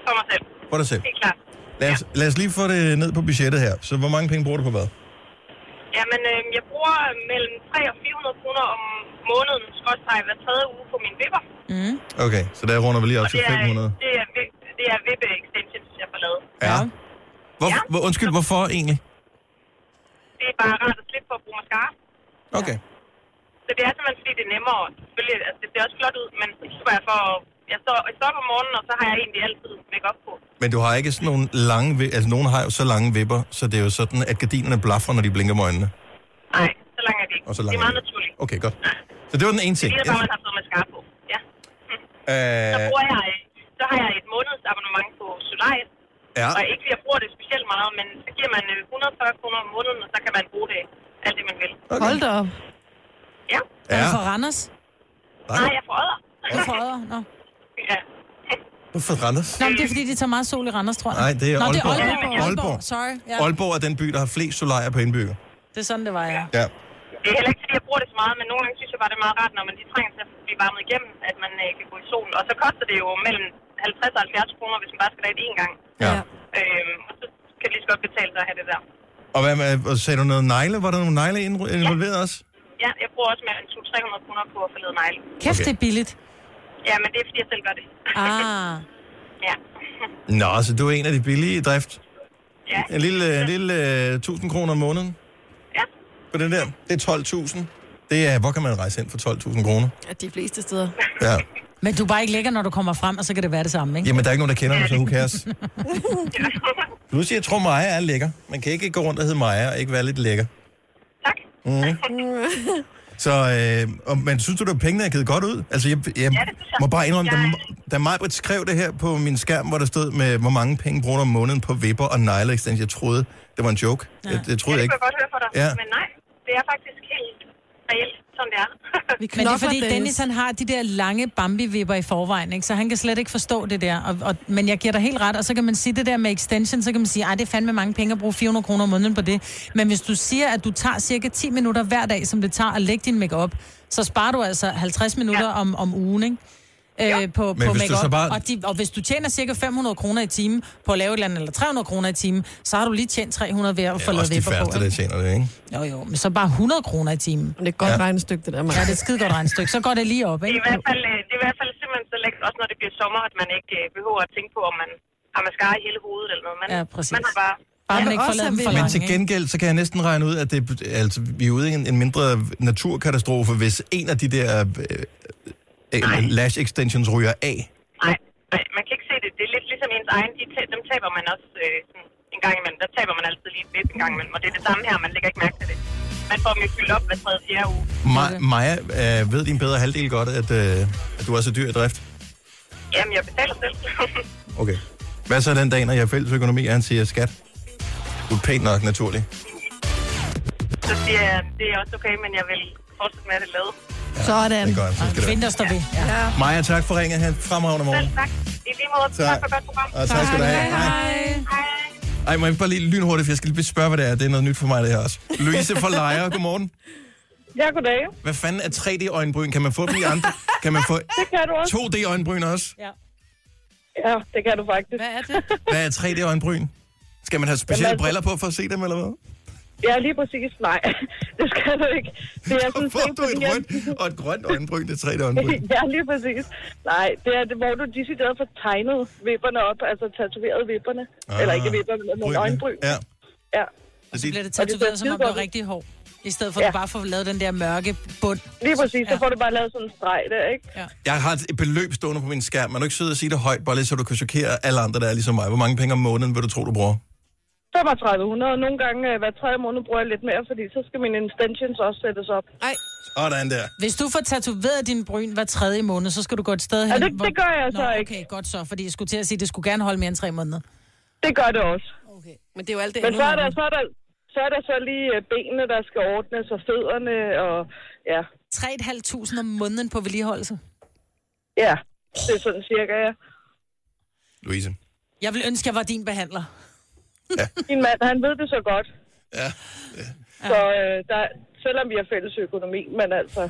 Speaker 6: For mig selv.
Speaker 1: For dig selv.
Speaker 6: Det er klart.
Speaker 1: Lad os, lad os lige få det ned på budgettet her. Så hvor mange penge bruger du på hvad?
Speaker 6: Jamen, øh, jeg bruger øh, mellem 300 og 400 kroner om måneden, skrådstræk hver tredje uge på min vipper.
Speaker 1: Okay, så der runder vi lige op
Speaker 6: Og
Speaker 1: til
Speaker 6: det er,
Speaker 1: 500.
Speaker 6: det er, vip- det er vippe extensions, jeg får lavet.
Speaker 1: Ja.
Speaker 3: Ja.
Speaker 1: Hvor, hvor, undskyld, hvorfor egentlig?
Speaker 6: Det er bare rart at slippe for at bruge mascara.
Speaker 1: Okay.
Speaker 6: Så det er simpelthen, fordi det er nemmere. Selvfølgelig, altså, det ser også flot ud, men så var jeg for... Jeg står, jeg står op om morgenen, og så har jeg egentlig altid make op på.
Speaker 1: Men du har ikke sådan nogle lange... vi- Altså, nogen har jo så lange vipper, så det er jo sådan, at gardinerne blaffer, når de blinker med øjnene.
Speaker 6: Nej, så langt er det ikke.
Speaker 1: Og så
Speaker 6: det
Speaker 1: langt
Speaker 6: er
Speaker 1: er
Speaker 6: meget
Speaker 1: det.
Speaker 6: naturligt.
Speaker 1: Okay, godt. Så det var den ene ting.
Speaker 6: Det er bare, man har fået mascara på. Ja. Så
Speaker 1: Øh,
Speaker 6: bruger jeg... øh, Så har jeg et måneds abonnement på Solaris.
Speaker 1: ja.
Speaker 6: Og ikke fordi jeg bruger det specielt meget, men så giver man øh, 140 kroner om måneden, og så kan man bruge det alt det, man vil.
Speaker 2: Hold da op.
Speaker 6: Ja.
Speaker 3: Er
Speaker 1: Ja.
Speaker 3: du fra Randers?
Speaker 7: Nej, jeg prøver.
Speaker 3: Hvorfor øjer? Nå.
Speaker 7: Ja.
Speaker 1: Hvorfor Randers?
Speaker 3: Nå, men det er fordi, de tager meget sol i Randers, tror jeg.
Speaker 1: Nej, det er
Speaker 3: Nå,
Speaker 1: Aalborg.
Speaker 3: Det er Aalborg. Aalborg.
Speaker 1: Aalborg.
Speaker 3: Sorry. Ja.
Speaker 1: Aalborg er den by, der har flest solarier per indbygger.
Speaker 3: Det er sådan, det var, ja.
Speaker 1: Ja.
Speaker 7: Det er heller ikke, fordi jeg bruger det så meget, men nogle gange synes jeg bare, det er meget rart, når man lige trænger til at blive varmet igennem, at man øh, kan gå i solen. Og så koster det jo mellem 50 og 70 kroner, hvis man bare skal have det én gang.
Speaker 1: ja.
Speaker 2: Ja.
Speaker 7: Øhm, og så kan det lige så godt betale sig at have det der.
Speaker 1: Og hvad med, og sagde du noget negle? Var der nogle negle indru- involveret også?
Speaker 7: Ja, jeg bruger også mere end 200-300 kroner på at forlede negle.
Speaker 3: Kæft,
Speaker 1: Okay.
Speaker 3: det er billigt.
Speaker 7: Ja, men det er, fordi jeg selv gør det.
Speaker 3: Ah.
Speaker 7: ja.
Speaker 1: Nå, så du er en af de billige i drift.
Speaker 7: ja.
Speaker 1: En lille, en lille uh, 1000 kroner om måneden
Speaker 7: Ja.
Speaker 1: på den der. Det er 12.000. Det er, hvor kan man rejse ind for 12.000 kroner?
Speaker 2: Ja, de fleste steder.
Speaker 1: Ja.
Speaker 3: Men du er bare ikke lækker, når du kommer frem, og så kan det være det samme, ikke?
Speaker 1: Jamen, der er ikke nogen, der kender mig, så who cares? Nu siger jeg, tror, Maja er lækker. Man kan ikke gå rundt og hedde Maja og ikke være lidt lækker.
Speaker 7: tak.
Speaker 1: Så, øh, og, men synes du, at pengene er givet godt ud? Altså, jeg, jeg, jeg
Speaker 7: synes jeg.
Speaker 1: må bare indrømme,
Speaker 7: Jeg-
Speaker 1: da, da Majbrit skrev det her på min skærm, hvor der stod med, hvor mange penge bruger du om måneden på vipper og negle extension. Jeg troede, det var en joke. Ja. Jeg, jeg
Speaker 7: Ja,
Speaker 1: troede
Speaker 7: det
Speaker 1: ikke.
Speaker 7: kunne jeg godt høre for dig.
Speaker 1: Ja.
Speaker 7: Men nej, det er faktisk helt reelt, sådan det er.
Speaker 3: Men det er fordi,
Speaker 2: Knokler,
Speaker 3: Dennis han har de der lange bambi-vipper i forvejen, ikke? så han kan slet ikke forstå det der. Og, og, men jeg giver dig helt ret, og så kan man sige det der med extension, så kan man sige, at det er fandme mange penge at bruge 400 kroner om måneden på det. Men hvis du siger, at du tager cirka 10 minutter hver dag, som det tager at lægge din makeup, så sparer du altså 50 minutter ja. om, om ugen, ikke? Øh, på,
Speaker 1: Men
Speaker 3: på
Speaker 1: hvis du så
Speaker 3: makeup.
Speaker 1: bare-
Speaker 3: Og, de, og hvis du tjener cirka 500 kroner i timen på at lave et eller andet, eller 300 kroner i timen, så har du lige tjent 300 ved at få
Speaker 1: Ja,
Speaker 3: lavet
Speaker 1: også de
Speaker 3: vipper på.
Speaker 1: færreste, der
Speaker 3: ikke?
Speaker 1: tjener det, ikke?
Speaker 3: Jo, jo, men så bare 100 kroner i timen.
Speaker 2: Men det er et godt ja. regnestykke, det der, Maja.
Speaker 3: Ja, det er et skide godt regnstykke. Så går det lige op,
Speaker 7: Det er,
Speaker 3: ikke?
Speaker 7: i hvert fald, øh, det er i hvert fald simpelthen så lækkert, også når det bliver sommer, at man ikke øh, behøver at tænke på, om man har mascara i hele hovedet eller noget. Man,
Speaker 3: Ja, præcis.
Speaker 7: man har bare...
Speaker 3: Bare man
Speaker 2: Ja,
Speaker 3: ikke får
Speaker 2: også
Speaker 3: lavet
Speaker 2: er
Speaker 3: dem for
Speaker 1: Men
Speaker 2: vildt.
Speaker 3: lange,
Speaker 1: til
Speaker 3: ikke?
Speaker 1: gengæld, så kan jeg næsten regne ud, at det, altså, vi er ude i en, en mindre naturkatastrofe, hvis en af de der øh, øh, lash extensions ryger af.
Speaker 7: Nej, nej, man kan ikke se det. Det er lidt ligesom ens egen. De, ta- dem taber man også øh, sådan en gang imellem. Der taber man altid lige et vip en gang imellem. Og det er det samme her. Man lægger ikke mærke til det. Man får dem jo fyldt op hver tredje fjerde uge.
Speaker 1: Ma- Maja, øh, ved din bedre halvdel godt, at, øh, at du er så dyr i drift?
Speaker 7: Jamen, jeg betaler selv.
Speaker 1: Okay. Hvad så den dag, når jeg fælles økonomi, og han siger skat? Du er pænt nok, naturlig.
Speaker 7: så siger jeg, det er også okay, men jeg vil fortsætte med at det lave.
Speaker 2: Sådan.
Speaker 1: Det gør han, så skal det
Speaker 3: Kvinder der står ved. Ja.
Speaker 1: være. Maja, tak for ringet. Han fremragende
Speaker 7: Selv
Speaker 1: morgen.
Speaker 7: tak. I lige måde.
Speaker 1: Tak.
Speaker 7: Tak, for et godt program.
Speaker 1: Og tak skal du have. Hej.
Speaker 7: Hej.
Speaker 1: Ej, må jeg ikke bare lige lynhurtigt, for jeg skal lige spørge, hvad det er. Det er noget nyt for mig, det her også. Louise fra Lejre, godmorgen.
Speaker 6: Ja, goddag.
Speaker 1: Hvad fanden er 3D-øjenbryn? Kan man få dem i andre? Kan man få
Speaker 6: Det kan du også.
Speaker 1: 2D-øjenbryn også?
Speaker 6: Ja, det kan du faktisk.
Speaker 2: Hvad er det?
Speaker 1: Hvad er 3D-øjenbryn? Skal man have specielle
Speaker 6: Jamen, altså-
Speaker 1: briller på for at se dem, eller hvad?
Speaker 6: Ja, lige præcis. Nej, det skal du ikke. Det er sådan
Speaker 1: Får
Speaker 6: set,
Speaker 1: du et
Speaker 6: fordi jeg-
Speaker 1: rødt og et grønt øjenbryn, det er 3D-øjenbryn?
Speaker 6: Ja, lige præcis. Nej, det er det, hvor du decideret får tegnet vipperne op, altså tatoveret vipperne. Ah, Eller ikke vipper, men nogle
Speaker 1: brynene.
Speaker 6: øjenbryn.
Speaker 1: Ja.
Speaker 6: ja.
Speaker 1: Det
Speaker 3: Bliver det
Speaker 1: er,
Speaker 6: Og
Speaker 3: tatoveret,
Speaker 6: det
Speaker 3: som
Speaker 6: ser
Speaker 3: om det er
Speaker 6: skidegodt ud.
Speaker 3: rigtig hård? I stedet for, at du
Speaker 6: Ja.
Speaker 3: bare får lavet den der mørke bund.
Speaker 6: Lige præcis, så
Speaker 3: Ja.
Speaker 6: får du bare lavet sådan en streg der, ikke?
Speaker 1: jeg har et beløb stående på min skærm. Man er du ikke sidde og sige det højt, bare lige så du kan chokere alle andre, der er ligesom mig. Hvor mange penge om måneden vil du tro, du bruger?
Speaker 6: 3500, og nogle gange øh, hver tredje måned bruger jeg lidt mere, fordi så skal mine extensions også sættes op.
Speaker 2: Ej,
Speaker 1: Sådan der.
Speaker 3: Hvis du får tatoveret din bryn hver tredje måned, så skal du gå et sted hen.
Speaker 6: det- det gør jeg så
Speaker 3: Nå,
Speaker 6: ikke.
Speaker 3: okay, godt så. Fordi jeg skulle til at sige, at det skulle gerne holde mere end tre måneder.
Speaker 6: Det gør det også.
Speaker 2: okay. Men det er jo alt det
Speaker 6: Men så er, der,
Speaker 2: andet.
Speaker 6: så, er der, så er der så lige øh, benene, der skal ordnes, og fødderne, og ja.
Speaker 3: 3.500 om måneden på vedligeholdelse.
Speaker 6: Ja, det er sådan cirka, ja.
Speaker 1: Louise.
Speaker 3: Jeg vil ønske, at jeg var din behandler.
Speaker 6: Min mand, han ved det så godt.
Speaker 1: Ja.
Speaker 6: Så øh, der, selvom vi har fælles økonomi, men altså,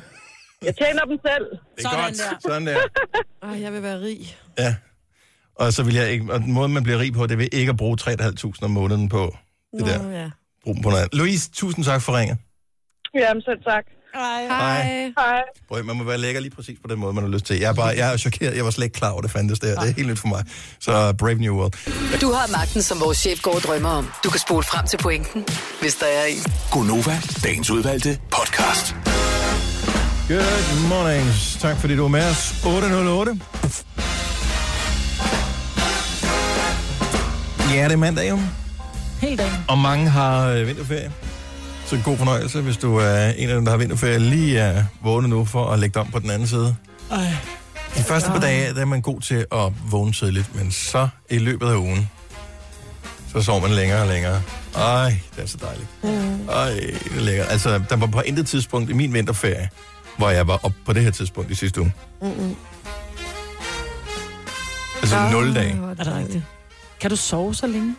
Speaker 6: jeg tjener dem selv.
Speaker 1: Det er
Speaker 3: Sådan
Speaker 1: godt.
Speaker 3: der.
Speaker 1: Sådan der.
Speaker 2: Ej, jeg vil være rig.
Speaker 1: Ja. Og så vil jeg ikke, og den måde, man bliver rig på, det vil ikke at bruge 3.500 om måneden på det
Speaker 2: Nå,
Speaker 1: der.
Speaker 2: ja.
Speaker 1: Brug dem på noget andet. Louise, tusind tak for ringet.
Speaker 6: Jamen selv tak.
Speaker 3: Ej.
Speaker 2: Hej.
Speaker 6: Hej.
Speaker 1: Prøv, at- man må være lækker lige præcis på den måde, man har lyst til. Jeg er, bare, jeg er chokeret. Jeg var slet ikke klar over, det fandtes der. Det er helt nyt for mig. Så Brave New World.
Speaker 5: Du har magten, som vores chef går og drømmer om. Du kan spole frem til pointen, hvis der er en.
Speaker 4: Gonova, dagens udvalgte podcast.
Speaker 1: Good morning. Tak fordi du er med os. 8.08. Ja, det er mandag jo.
Speaker 3: Helt dagen.
Speaker 1: Og mange har øh, vinterferie. Så god fornøjelse, hvis du er en af dem, der har vinterferie, lige er vågne nu for at lægge dig om på den anden side. De første par dage, der er man god til at vågne tidligt, men så i løbet af ugen, så sover man længere og længere. Ej, det er så dejligt. Ej, det er lækkert. Altså, der var på intet tidspunkt i min vinterferie, hvor jeg var op på det her tidspunkt i sidste uge.
Speaker 2: Mm-mm.
Speaker 1: Altså
Speaker 2: Åh,
Speaker 1: 0 dage.
Speaker 2: hvor
Speaker 3: Er det rigtigt? Kan du sove så længe?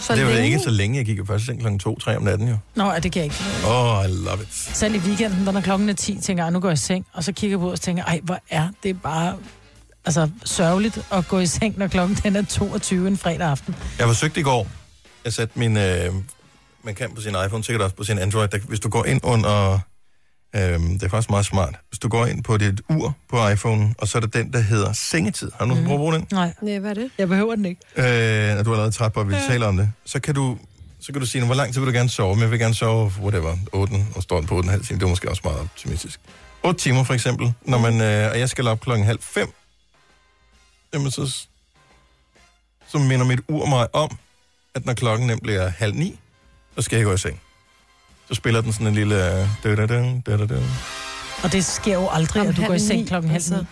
Speaker 2: Så
Speaker 1: det var
Speaker 2: længe.
Speaker 1: ikke så længe. Jeg gik jo først i seng kl. 2-3 om natten, jo.
Speaker 3: Nå, ja, det kan jeg ikke. finde ud af.
Speaker 1: Åh, oh, I love it.
Speaker 3: Selv i weekenden, når klokken er 10, tænker jeg, "Ah, nu går jeg i seng. Og så kigger jeg på og tænker, ej, hvor er det bare altså, sørgeligt at gå i seng, når klokken den er 22 en fredag aften.
Speaker 1: Jeg forsøgte i går. Jeg satte min... Øh, man kan på sin iPhone, sikkert også på sin Android. Der, hvis du går ind under... Øh, det er faktisk meget smart. Hvis du går ind på dit ur på iPhone, og så er der den, der hedder sengetid. Har du nogensinde prøvet at bruge den?
Speaker 3: Nej,
Speaker 2: Nej, hvad er det?
Speaker 3: jeg behøver den ikke.
Speaker 1: øh, når du er allerede træt på, at vi taler om det, så kan du, så kan du sige, hvor lang tid vil du gerne sove? Men jeg vil gerne sove, whatever, 8, og står den på 8,5 timer. Det er måske også meget optimistisk. 8 timer for eksempel, når man, øh, og jeg skal op klokken halv fem, jamen så, s- så minder mit ur mig om, at når klokken nemt bliver halv ni, så skal jeg gå i seng. Så spiller den sådan en lille... øh, da-da-dum, da-da-dum.
Speaker 3: Og det sker jo aldrig,
Speaker 2: Om
Speaker 3: at du går i
Speaker 2: halv
Speaker 3: seng
Speaker 2: ni,
Speaker 3: klokken halv
Speaker 2: altså.
Speaker 3: ni.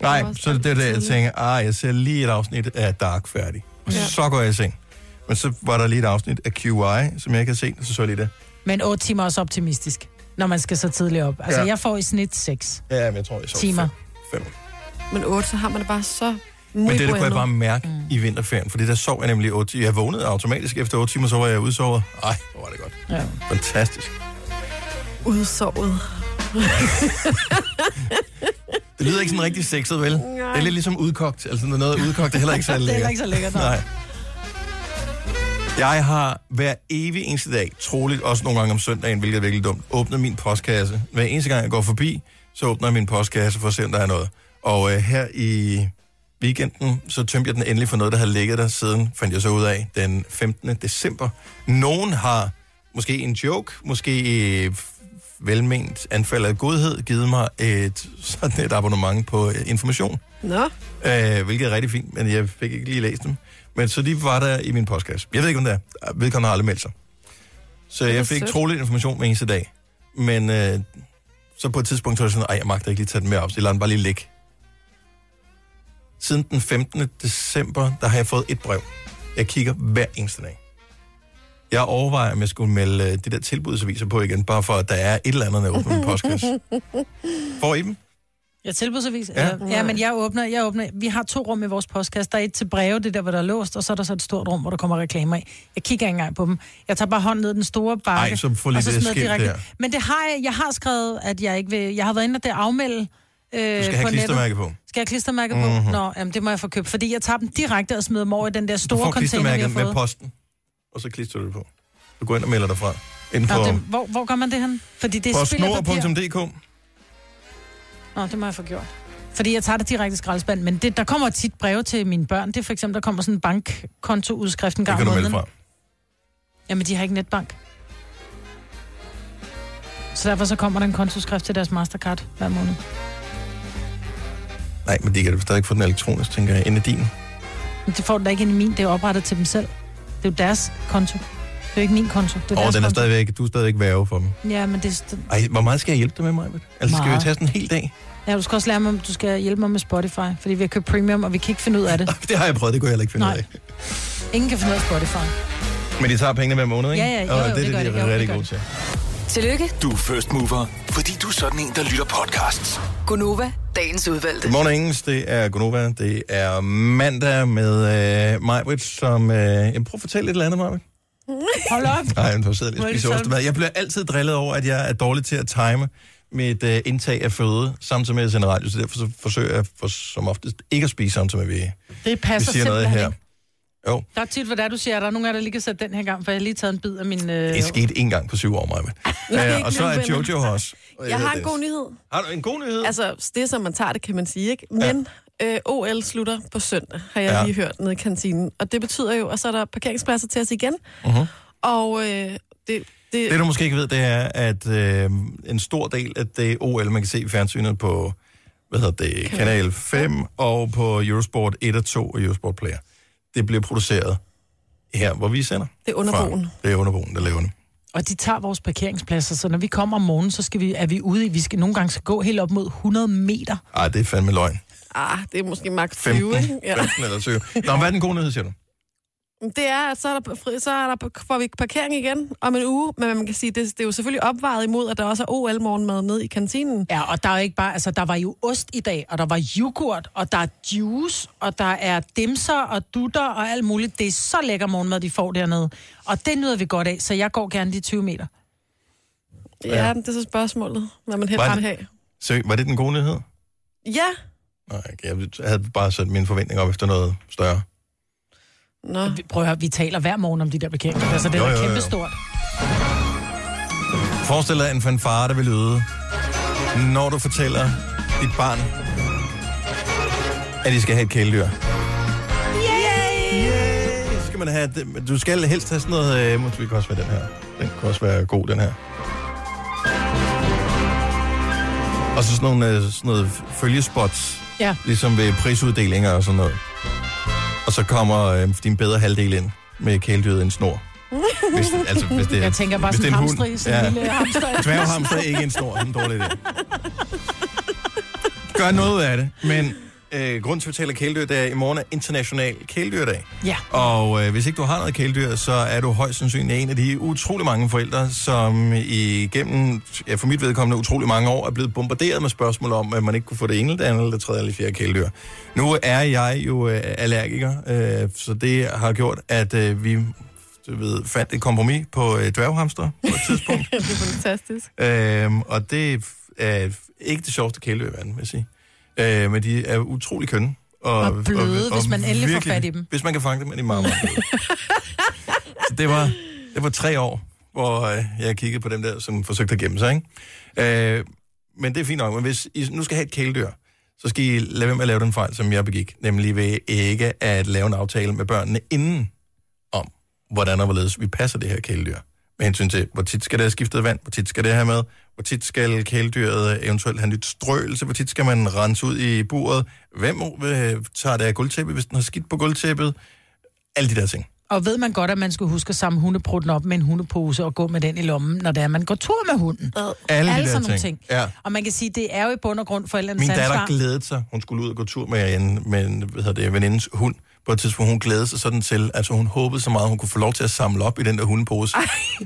Speaker 1: Nej,
Speaker 2: også
Speaker 1: så det er det, jeg
Speaker 2: tidligt.
Speaker 1: tænker, ah, jeg ser lige et afsnit af Dark færdig. Og
Speaker 2: Ja.
Speaker 1: så går jeg i seng. Men så var der lige et afsnit af QI, som jeg ikke har set, og så så jeg lige det.
Speaker 3: Men 8 timer er også optimistisk, når man skal så tidligt op. Altså,
Speaker 1: Ja.
Speaker 3: ja. jeg får i snit 6.
Speaker 1: Ja, men jeg tror, jeg så
Speaker 3: Timer.
Speaker 1: Fem. fem.
Speaker 2: Men 8, så har man det bare så muy
Speaker 1: Men det, der kunne jeg
Speaker 2: bueno.
Speaker 1: bare mærke mm. i vinterferien, fordi der sov jeg nemlig 8 timer. Jeg vågnede automatisk efter 8 timer, så var jeg udsovet. Ej, hvor var det godt.
Speaker 3: Ja.
Speaker 1: Fantastisk.
Speaker 2: udsovet.
Speaker 1: Det lyder ikke sådan rigtig sexet, vel? Nej. Det er lidt ligesom udkogt. Altså, når noget er udkogt, det er heller ikke særlig
Speaker 3: Det er
Speaker 1: lækkert.
Speaker 3: heller ikke så lækkert. Nej.
Speaker 1: Nej. Jeg har hver evig eneste dag, troligt også nogle gange om søndagen, hvilket er virkelig dumt, åbnet min postkasse. Hver eneste gang, jeg går forbi, så åbner jeg min postkasse for at se, om der er noget. Og øh, her i weekenden, så tømte jeg den endelig for noget, der havde ligget der siden, fandt jeg så ud af, den 15. december. Nogen har, måske en joke, måske øh, f- velment anfald af godhed, givet mig et, sådan et abonnement på øh, information.
Speaker 2: Nå,
Speaker 1: Øh, hvilket er rigtig fint, men jeg fik ikke lige læst dem. Men så de var der i min postkasse. Jeg ved ikke, om det er. Vedkommende har aldrig meldt sig. Så
Speaker 2: er
Speaker 1: jeg fik
Speaker 2: sødt.
Speaker 1: troligt information hver eneste dag. Men øh, så på et tidspunkt, så var jeg sådan, ej, jeg magter ikke lige tage den med op, så jeg lader den bare lige ligge. Siden den 15. december, der har jeg fået et brev. Jeg kigger hver eneste dag. Jeg overvejer, om jeg skulle melde øh, de der tilbudsaviser på igen, bare for, at der er et eller andet, der åbner min postkasse. Får I dem?
Speaker 3: Jeg tilbudsavis.
Speaker 1: Ja.
Speaker 3: Ja. ja, men jeg åbner, jeg åbner. Vi har to rum i vores postkasse. Der er et til breve, det der, hvor der er låst, og så er der så et stort rum, hvor der kommer reklamer i. Jeg kigger ikke engang på dem. Jeg tager bare hånden ned i den store bakke.
Speaker 1: Ej, så få lige
Speaker 3: og så
Speaker 1: det
Speaker 3: smider jeg
Speaker 1: skilt
Speaker 3: direkte- Men det har jeg, jeg har skrevet, at jeg ikke vil... Jeg har været inde og det afmelde øh,
Speaker 1: Du skal have
Speaker 3: på nettet.
Speaker 1: klistermærke på.
Speaker 3: Skal jeg have klistermærke på? Mm-hmm. Nå, jamen, det må jeg få købt, fordi jeg tager dem direkte og smider dem over i den der
Speaker 1: Du
Speaker 3: store
Speaker 1: får
Speaker 3: container, vi har
Speaker 1: klistermærket med
Speaker 3: fået.
Speaker 1: posten, og så klister du det på. Du går ind og melder dig fra. Inden på,
Speaker 3: Nå, det, hvor, hvor gør man det hen? Fordi det
Speaker 1: på
Speaker 3: er spild af papir.
Speaker 1: snor.dk.
Speaker 3: Nå, det må jeg få gjort. Fordi jeg tager det direkte i skraldespand, men det, der kommer tit breve til mine børn. Det er for eksempel, der kommer sådan en bankkontoudskrift en
Speaker 1: Det
Speaker 3: gang
Speaker 1: kan
Speaker 3: om
Speaker 1: du melde
Speaker 3: måneden.
Speaker 1: fra.
Speaker 3: Jamen, de har ikke netbank. Så derfor så kommer der en kontoskrift til deres Mastercard hver måned.
Speaker 1: Nej, men de kan da stadig få den elektronisk, tænker jeg, ind i din.
Speaker 3: Men det får du da ikke ind i min, det er oprettet til dem selv. Det er jo deres konto. Det er jo ikke min konto, det er
Speaker 1: Og
Speaker 3: deres
Speaker 1: den er
Speaker 3: konto.
Speaker 1: stadigvæk, du er stadigvæk værve for dem.
Speaker 3: Ja, men det, er st-
Speaker 1: Ej, hvor meget skal jeg hjælpe dig med, mig? Altså, skal vi
Speaker 3: Meget.
Speaker 1: tage sådan en hel dag?
Speaker 3: ja, du skal også lære mig, om du skal hjælpe mig med Spotify, fordi vi har købt premium, og vi kan ikke finde ud af det.
Speaker 1: Det har jeg prøvet, det kunne jeg heller ikke finde ud
Speaker 3: Nej.
Speaker 1: af.
Speaker 3: Ingen kan finde ud af Spotify.
Speaker 1: Men de tager pengene hver måned, ikke?
Speaker 3: Ja, ja, jo,
Speaker 1: og det,
Speaker 3: jo, det
Speaker 1: er
Speaker 3: gør
Speaker 1: det, de
Speaker 3: de.
Speaker 1: er
Speaker 3: Jo, det
Speaker 1: rigtig
Speaker 3: gør
Speaker 1: gode
Speaker 3: de.
Speaker 1: til.
Speaker 5: Tillykke,
Speaker 4: Du er first mover, fordi du er sådan en, der lytter podcasts.
Speaker 5: Gunova, dagens udvalgte.
Speaker 1: Godmorgen, Ingens. Det er Gunova. Det er mandag med øh, Majbrit, som... Øh, jamen, prøv at fortælle et eller andet, Majbrit.
Speaker 3: Hold op!
Speaker 1: Nej, men du har siddet lige
Speaker 3: Må
Speaker 1: og
Speaker 3: jeg
Speaker 1: spist
Speaker 3: lige
Speaker 1: ostemad. Jeg bliver altid drillet over, at jeg er dårlig til at time mit øh, indtag af føde, samtidig med at jeg sender radio, så derfor så forsøger jeg for, som oftest ikke at spise samtidig med, at vi,
Speaker 3: Det
Speaker 1: vi
Speaker 3: passer
Speaker 1: siger noget her.
Speaker 3: ikke.
Speaker 1: Jo,
Speaker 3: Der er tit, hvor der du siger, at der er nogen af jer, der lige kan sætte den her gang, for jeg har lige taget en bid af min... Øh...
Speaker 1: det skete en gang på syv år, Maja.
Speaker 2: er
Speaker 1: Øh,
Speaker 2: ikke
Speaker 1: og så er
Speaker 2: nogen venner.
Speaker 1: Jojo her også. Og
Speaker 2: jeg har en
Speaker 1: hedder
Speaker 2: god
Speaker 1: Dennis.
Speaker 2: nyhed.
Speaker 1: Har du en god nyhed? Altså,
Speaker 2: Altså, det er, som man tager det, kan man sige, ikke? Men øh, OL slutter på søndag, har jeg
Speaker 1: Ja.
Speaker 2: ja. lige hørt nede i kantinen. Og det betyder jo, at så er der parkeringspladser til os igen. Uh-huh. Og øh, det, det,
Speaker 1: Mhm. det du måske ikke ved, det er, at øh, en stor del af det OL, man kan se i fjernsynet på hvad hedder det, Kanal 5 og på Eurosport 1 og 2 og Eurosport Player, det bliver produceret her, hvor vi sender.
Speaker 2: det er underboen.
Speaker 1: Fra. Det er underboen, der laver den.
Speaker 3: Og de tager vores parkeringspladser, så når vi kommer om morgenen, så skal vi, er vi ude i, vi skal nogle gange skal gå helt op mod 100 meter.
Speaker 1: Ej, det er fandme løgn.
Speaker 2: Ah, det er måske maks 20,
Speaker 1: 15,
Speaker 2: ikke? Ja.
Speaker 1: 15 eller 20. Nå, hvad er den gode nyhed, siger du?
Speaker 2: Det er, at så, er der, fri- så er der, får vi parkering igen om en uge, men man kan sige, det, det er jo selvfølgelig opvejet imod, at der også er OL-morgenmad med i kantinen.
Speaker 3: Ja, og der er jo ikke bare, altså der var jo ost i dag, og der var yoghurt, og der er juice, og der er dimser og dutter og alt muligt. Det er så lækker morgenmad, de får dernede. Og det nyder vi godt af, så jeg går gerne de 20 meter.
Speaker 2: Ja, ja det er så spørgsmålet, hvad man helt
Speaker 1: Var det-
Speaker 2: vil have.
Speaker 1: Så var det den gode nyhed?
Speaker 2: Ja,
Speaker 1: Nej, jeg havde bare sat mine forventninger op efter noget større.
Speaker 2: Nå.
Speaker 3: Vi- Prøv at høre, vi taler hver morgen om de der parkeringer. Altså, det
Speaker 1: Jo,
Speaker 3: er
Speaker 1: jo, jo.
Speaker 3: kæmpestort.
Speaker 1: Forestil dig en fanfare, der vil lyde, når du fortæller dit barn, at de skal have et kæledyr. Yay! Yay! Skal man have, det- du skal helst have sådan noget, øh, måske det kan også være den her. Den kan også være god, den her. Og så sådan nogle øh, sådan noget følgespots,
Speaker 3: Ja.
Speaker 1: ligesom ved prisuddelinger og sådan noget. Og så kommer øh, din bedre halvdel ind med kæledyret i en snor. Hvis, altså, hvis det,
Speaker 3: Jeg tænker bare
Speaker 1: hvis det
Speaker 3: sådan
Speaker 1: er
Speaker 3: en
Speaker 1: hund.
Speaker 3: hamstrig, sådan en lille hamster.
Speaker 1: Dværghamster er ikke en stor, en dårlig idé. Gør noget af det, men øh, grund til, at vi taler kæledyr, det er, at i morgen er international kæledyrdag.
Speaker 3: Ja.
Speaker 1: Og øh, hvis ikke du har noget kæledyr, så er du højst sandsynligt en af de utrolig mange forældre, som igennem, ja, for mit vedkommende, utrolig mange år er blevet bombarderet med spørgsmål om, at man ikke kunne få det ene, det andet, eller det tredje eller det fjerde kæledyr. Nu er jeg jo øh, allergiker, øh, så det har gjort, at øh, vi du ved, fandt et kompromis på øh, dværghamster på et tidspunkt.
Speaker 2: det er fantastisk.
Speaker 1: Øhm, og det er ikke det sjoveste kæledyr i verden, vil jeg sige. Øh, men de er utrolig kønne. Og,
Speaker 3: Og bløde, hvis man endelig får
Speaker 1: virkelig-
Speaker 3: fat i dem.
Speaker 1: Hvis man kan fange dem, er de meget, meget bløde. Så det var, det var tre år, hvor øh, jeg kiggede på dem der, som forsøgte at gemme sig. Ikke? Øh, men det er fint nok. Men hvis I nu skal have et kæledyr, så skal I lade være med at lave den fejl, som jeg begik. Nemlig ved ikke at lave en aftale med børnene inden om, hvordan og hvorledes vi passer det her kæledyr. Med hensyn til, hvor tit skal det have skiftet vand, hvor tit skal det have med, hvor tit skal kæledyret eventuelt have nyt strøelse, hvor tit skal man rense ud i buret, hvem øh, tager det af gulvtæppet, hvis den har skidt på gulvtæppet, alle de der ting.
Speaker 3: Og ved man godt, at man skal huske at samle hundeprutten op med en hundepose og gå med den i lommen, når det er, man går tur med hunden.
Speaker 1: Alle, de der
Speaker 3: Alle sådan nogle
Speaker 1: ting.
Speaker 3: ting.
Speaker 1: Ja.
Speaker 3: Og man kan sige, det er jo i bund og grund forældrenes
Speaker 1: Min
Speaker 3: ansvar.
Speaker 1: datter glædede sig. Hun skulle ud og gå tur med en, med en hvad hedder det, venindens hund. På et tidspunkt, hun glædede sig sådan til, altså hun håbede så meget, hun kunne få lov til at samle op i den der hundepose.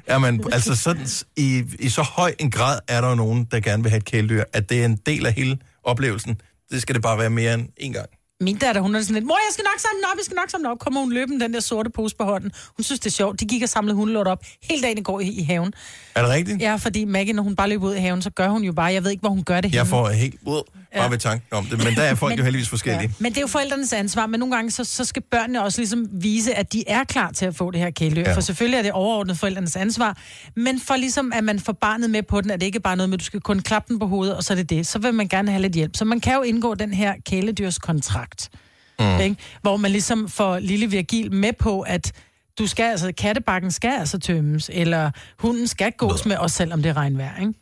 Speaker 1: Ja, men altså sådan, s- i, i så høj en grad er der jo nogen, der gerne vil have et kæledyr, at det er en del af hele oplevelsen. Det skal det bare være mere end én gang.
Speaker 3: Min datter, hun er sådan lidt, mor, jeg skal nok samle den op, jeg skal nok samle den op. Kommer hun løbende den der sorte pose på hånden. Hun synes, det er sjovt. De gik og samlede hundelort op hele dagen i går i, i haven.
Speaker 1: Er det rigtigt?
Speaker 3: Ja, fordi Maggie, når hun bare løber ud i haven, så gør hun jo bare, jeg ved ikke, hvor hun gør det
Speaker 1: Jeg
Speaker 3: henne.
Speaker 1: får helt ud bare ved tanken om det, men der er folk jo heldigvis forskellige.
Speaker 3: Men det er jo forældrenes ansvar, men nogle gange så, så skal børnene også ligesom vise, at de er klar til at få det her kæledyr.
Speaker 1: Ja.
Speaker 3: Ja. For selvfølgelig er det overordnet forældrenes ansvar, men for ligesom, at man får barnet med på den, at det ikke bare er noget med, at du skal kun klappe den på hovedet, og så er det det. Så vil man gerne have lidt hjælp. Så man kan jo indgå den her kæledyrskontrakt, mm. ikke? hvor man ligesom får lille Virgil med på, at du skal altså, kattebakken skal altså tømmes, eller hunden skal gås med, også selvom det er regnvejr, ikke?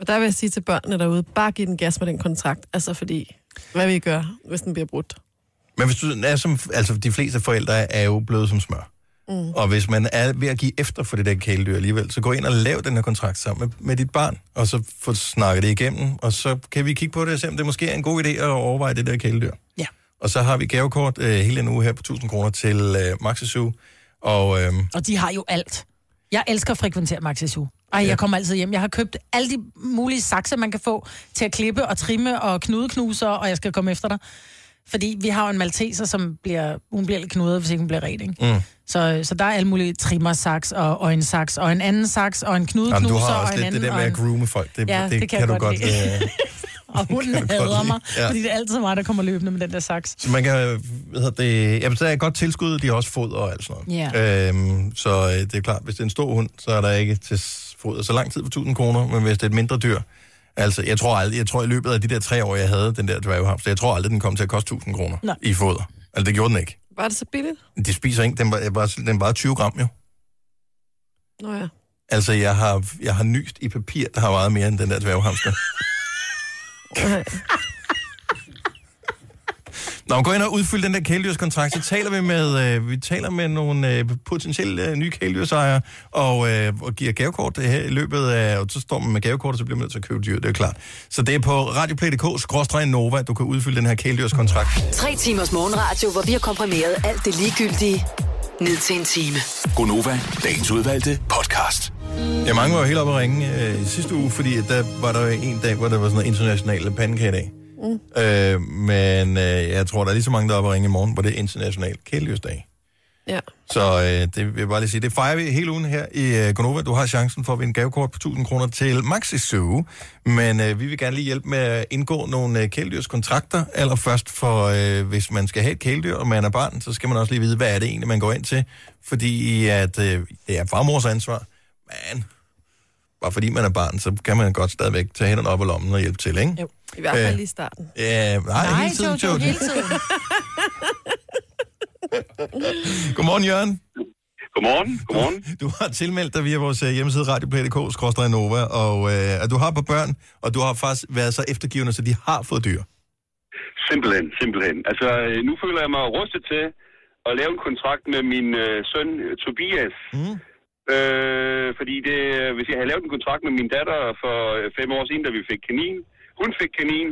Speaker 2: Og der vil jeg sige til børnene derude, bare giv den gas med den kontrakt. Altså fordi, hvad vi gør, hvis den bliver brudt.
Speaker 1: Men hvis du er som, altså de fleste forældre er jo bløde som smør. Mm. Og hvis man er ved at give efter for det der kæledyr alligevel, så gå ind og lav den her kontrakt sammen med, med dit barn, og så få snakket det igennem, og så kan vi kigge på det og se, om det måske er en god idé at overveje det der kæledyr.
Speaker 3: Ja.
Speaker 1: Og så har vi gavekort øh, hele en uge her på 1000 kroner til øh, Maxi Zoo, og øh,
Speaker 3: Og de har jo alt. Jeg elsker at frekventere Maxi Zoo. Ej, ja. jeg kommer altid hjem. Jeg har købt alle de mulige sakser, man kan få til at klippe og trimme og knudeknuser, og jeg skal komme efter dig. Fordi vi har jo en malteser, som bliver, hun bliver lidt knudet, hvis ikke hun bliver ret, ikke? Mm. Så, så der er alle mulige trimmersaks og, og en saks, og en anden saks, og en
Speaker 1: jamen,
Speaker 3: knudeknuser,
Speaker 1: du har
Speaker 3: og
Speaker 1: også
Speaker 3: en
Speaker 1: lidt
Speaker 3: anden...
Speaker 1: det der
Speaker 3: og,
Speaker 1: med at
Speaker 3: en,
Speaker 1: groome folk. Det,
Speaker 3: Ja, det kan jeg
Speaker 1: du
Speaker 3: godt lide.
Speaker 1: øh,
Speaker 3: og hunden
Speaker 1: kan du godt
Speaker 3: hader
Speaker 1: lide.
Speaker 3: mig,
Speaker 1: Ja.
Speaker 3: ja. fordi det er altid mig, der kommer løbende med den der saks.
Speaker 1: Så man kan, hvad hedder det, jamen, så er et godt tilskud, de har også fod og alt sådan noget. Øhm, så øh, det er klart, hvis det er en stor hund, så er der ikke til s- foder så lang tid på 1000 kroner, men hvis det er et mindre dyr, altså jeg tror aldrig, jeg tror i løbet af de der tre år, jeg havde den der dværghamster, jeg tror aldrig, den kom til at koste 1000 kroner
Speaker 3: Nej.
Speaker 1: i foder. Altså det gjorde den ikke.
Speaker 2: Var det så billigt?
Speaker 1: De spiser ikke, den var, jeg var, den var 20 gram jo.
Speaker 2: Nå ja.
Speaker 1: Altså jeg har, jeg har nyst i papir, der har vejet mere end den der dværghamster.
Speaker 2: Nej.
Speaker 1: Nå, men gå ind og udfyld den der kæledyrskontrakt, så taler vi med, øh, vi taler med nogle øh, potentielle øh, nye kæledyrsejere, og, øh, og giver gavekort øh, her i løbet af, og så står man med gavekort, og så bliver man nødt til at købe dyr, det er jo klart. Så det er på radioplay.dk-nova, du kan udfylde den her kæledyrskontrakt.
Speaker 5: Tre timers morgenradio, hvor vi har komprimeret alt det ligegyldige ned til en time.
Speaker 4: Gonova, dagens udvalgte podcast.
Speaker 1: Ja, mange var jo helt oppe at ringe øh, i sidste uge, fordi at der var der jo en dag, hvor der var sådan noget international pandekagedag. Mm. Øh, men øh, jeg tror, der er lige så mange, der er oppe at ringe i morgen, hvor det er international kæledyrsdag.
Speaker 2: Ja.
Speaker 1: Så øh, det vil jeg bare lige sige. Det fejrer vi hele ugen her i øh, Gonova. Du har chancen for at vinde gavekort på 1000 kroner til Maxi Zoo. Men øh, vi vil gerne lige hjælpe med at indgå nogle øh, kæledyrskontrakter. Allerførst for, øh, hvis man skal have et kæledyr, og man er barn, så skal man også lige vide, hvad er det egentlig, man går ind til. Fordi at, øh, det er farmors ansvar. Men bare fordi man er barn, så kan man godt stadigvæk tage hænderne op af lommen og hjælpe til, ikke?
Speaker 2: Jo. I hvert fald
Speaker 1: Øh.
Speaker 2: lige i starten.
Speaker 1: Ja, nej, nej, hele tiden, Jojo.
Speaker 3: hele tiden.
Speaker 1: Godmorgen, Jørgen.
Speaker 8: Godmorgen, godmorgen.
Speaker 1: Du har tilmeldt dig via vores øh, hjemmeside radioplay.dk, Nova, og øh, at du har på børn, og du har faktisk været så eftergivende, så de har fået dyr.
Speaker 8: Simpelthen, simpelthen. Altså, øh, nu føler jeg mig rustet til at lave en kontrakt med min øh, søn øh, Tobias.
Speaker 1: Mm.
Speaker 8: Øh, fordi det, øh, hvis jeg havde lavet en kontrakt med min datter for øh, fem år siden, da vi fik kanin, hun fik kanin,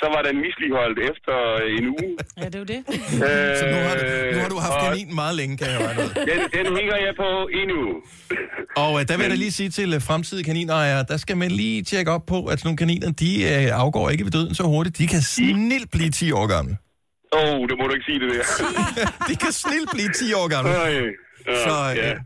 Speaker 8: så var den misligeholdt efter øh, en uge.
Speaker 3: Ja, det er jo det.
Speaker 8: Øh,
Speaker 1: Så nu har, du- nu har du haft
Speaker 8: og
Speaker 1: kaninen meget længe, kan jeg regne ud.
Speaker 8: Den, den hænger jeg på endnu.
Speaker 1: Og øh, der vil jeg da lige sige til øh, fremtidige kaninejere, der skal man lige tjekke op på, at sådan nogle kaniner, de øh, afgår ikke ved døden så hurtigt. De kan snilt blive 10 år gamle.
Speaker 8: Åh, oh, det må du ikke sige det der.
Speaker 1: De kan snilt blive 10 år gamle.
Speaker 8: Øj, øh,
Speaker 1: Så,
Speaker 8: ja.
Speaker 1: øh,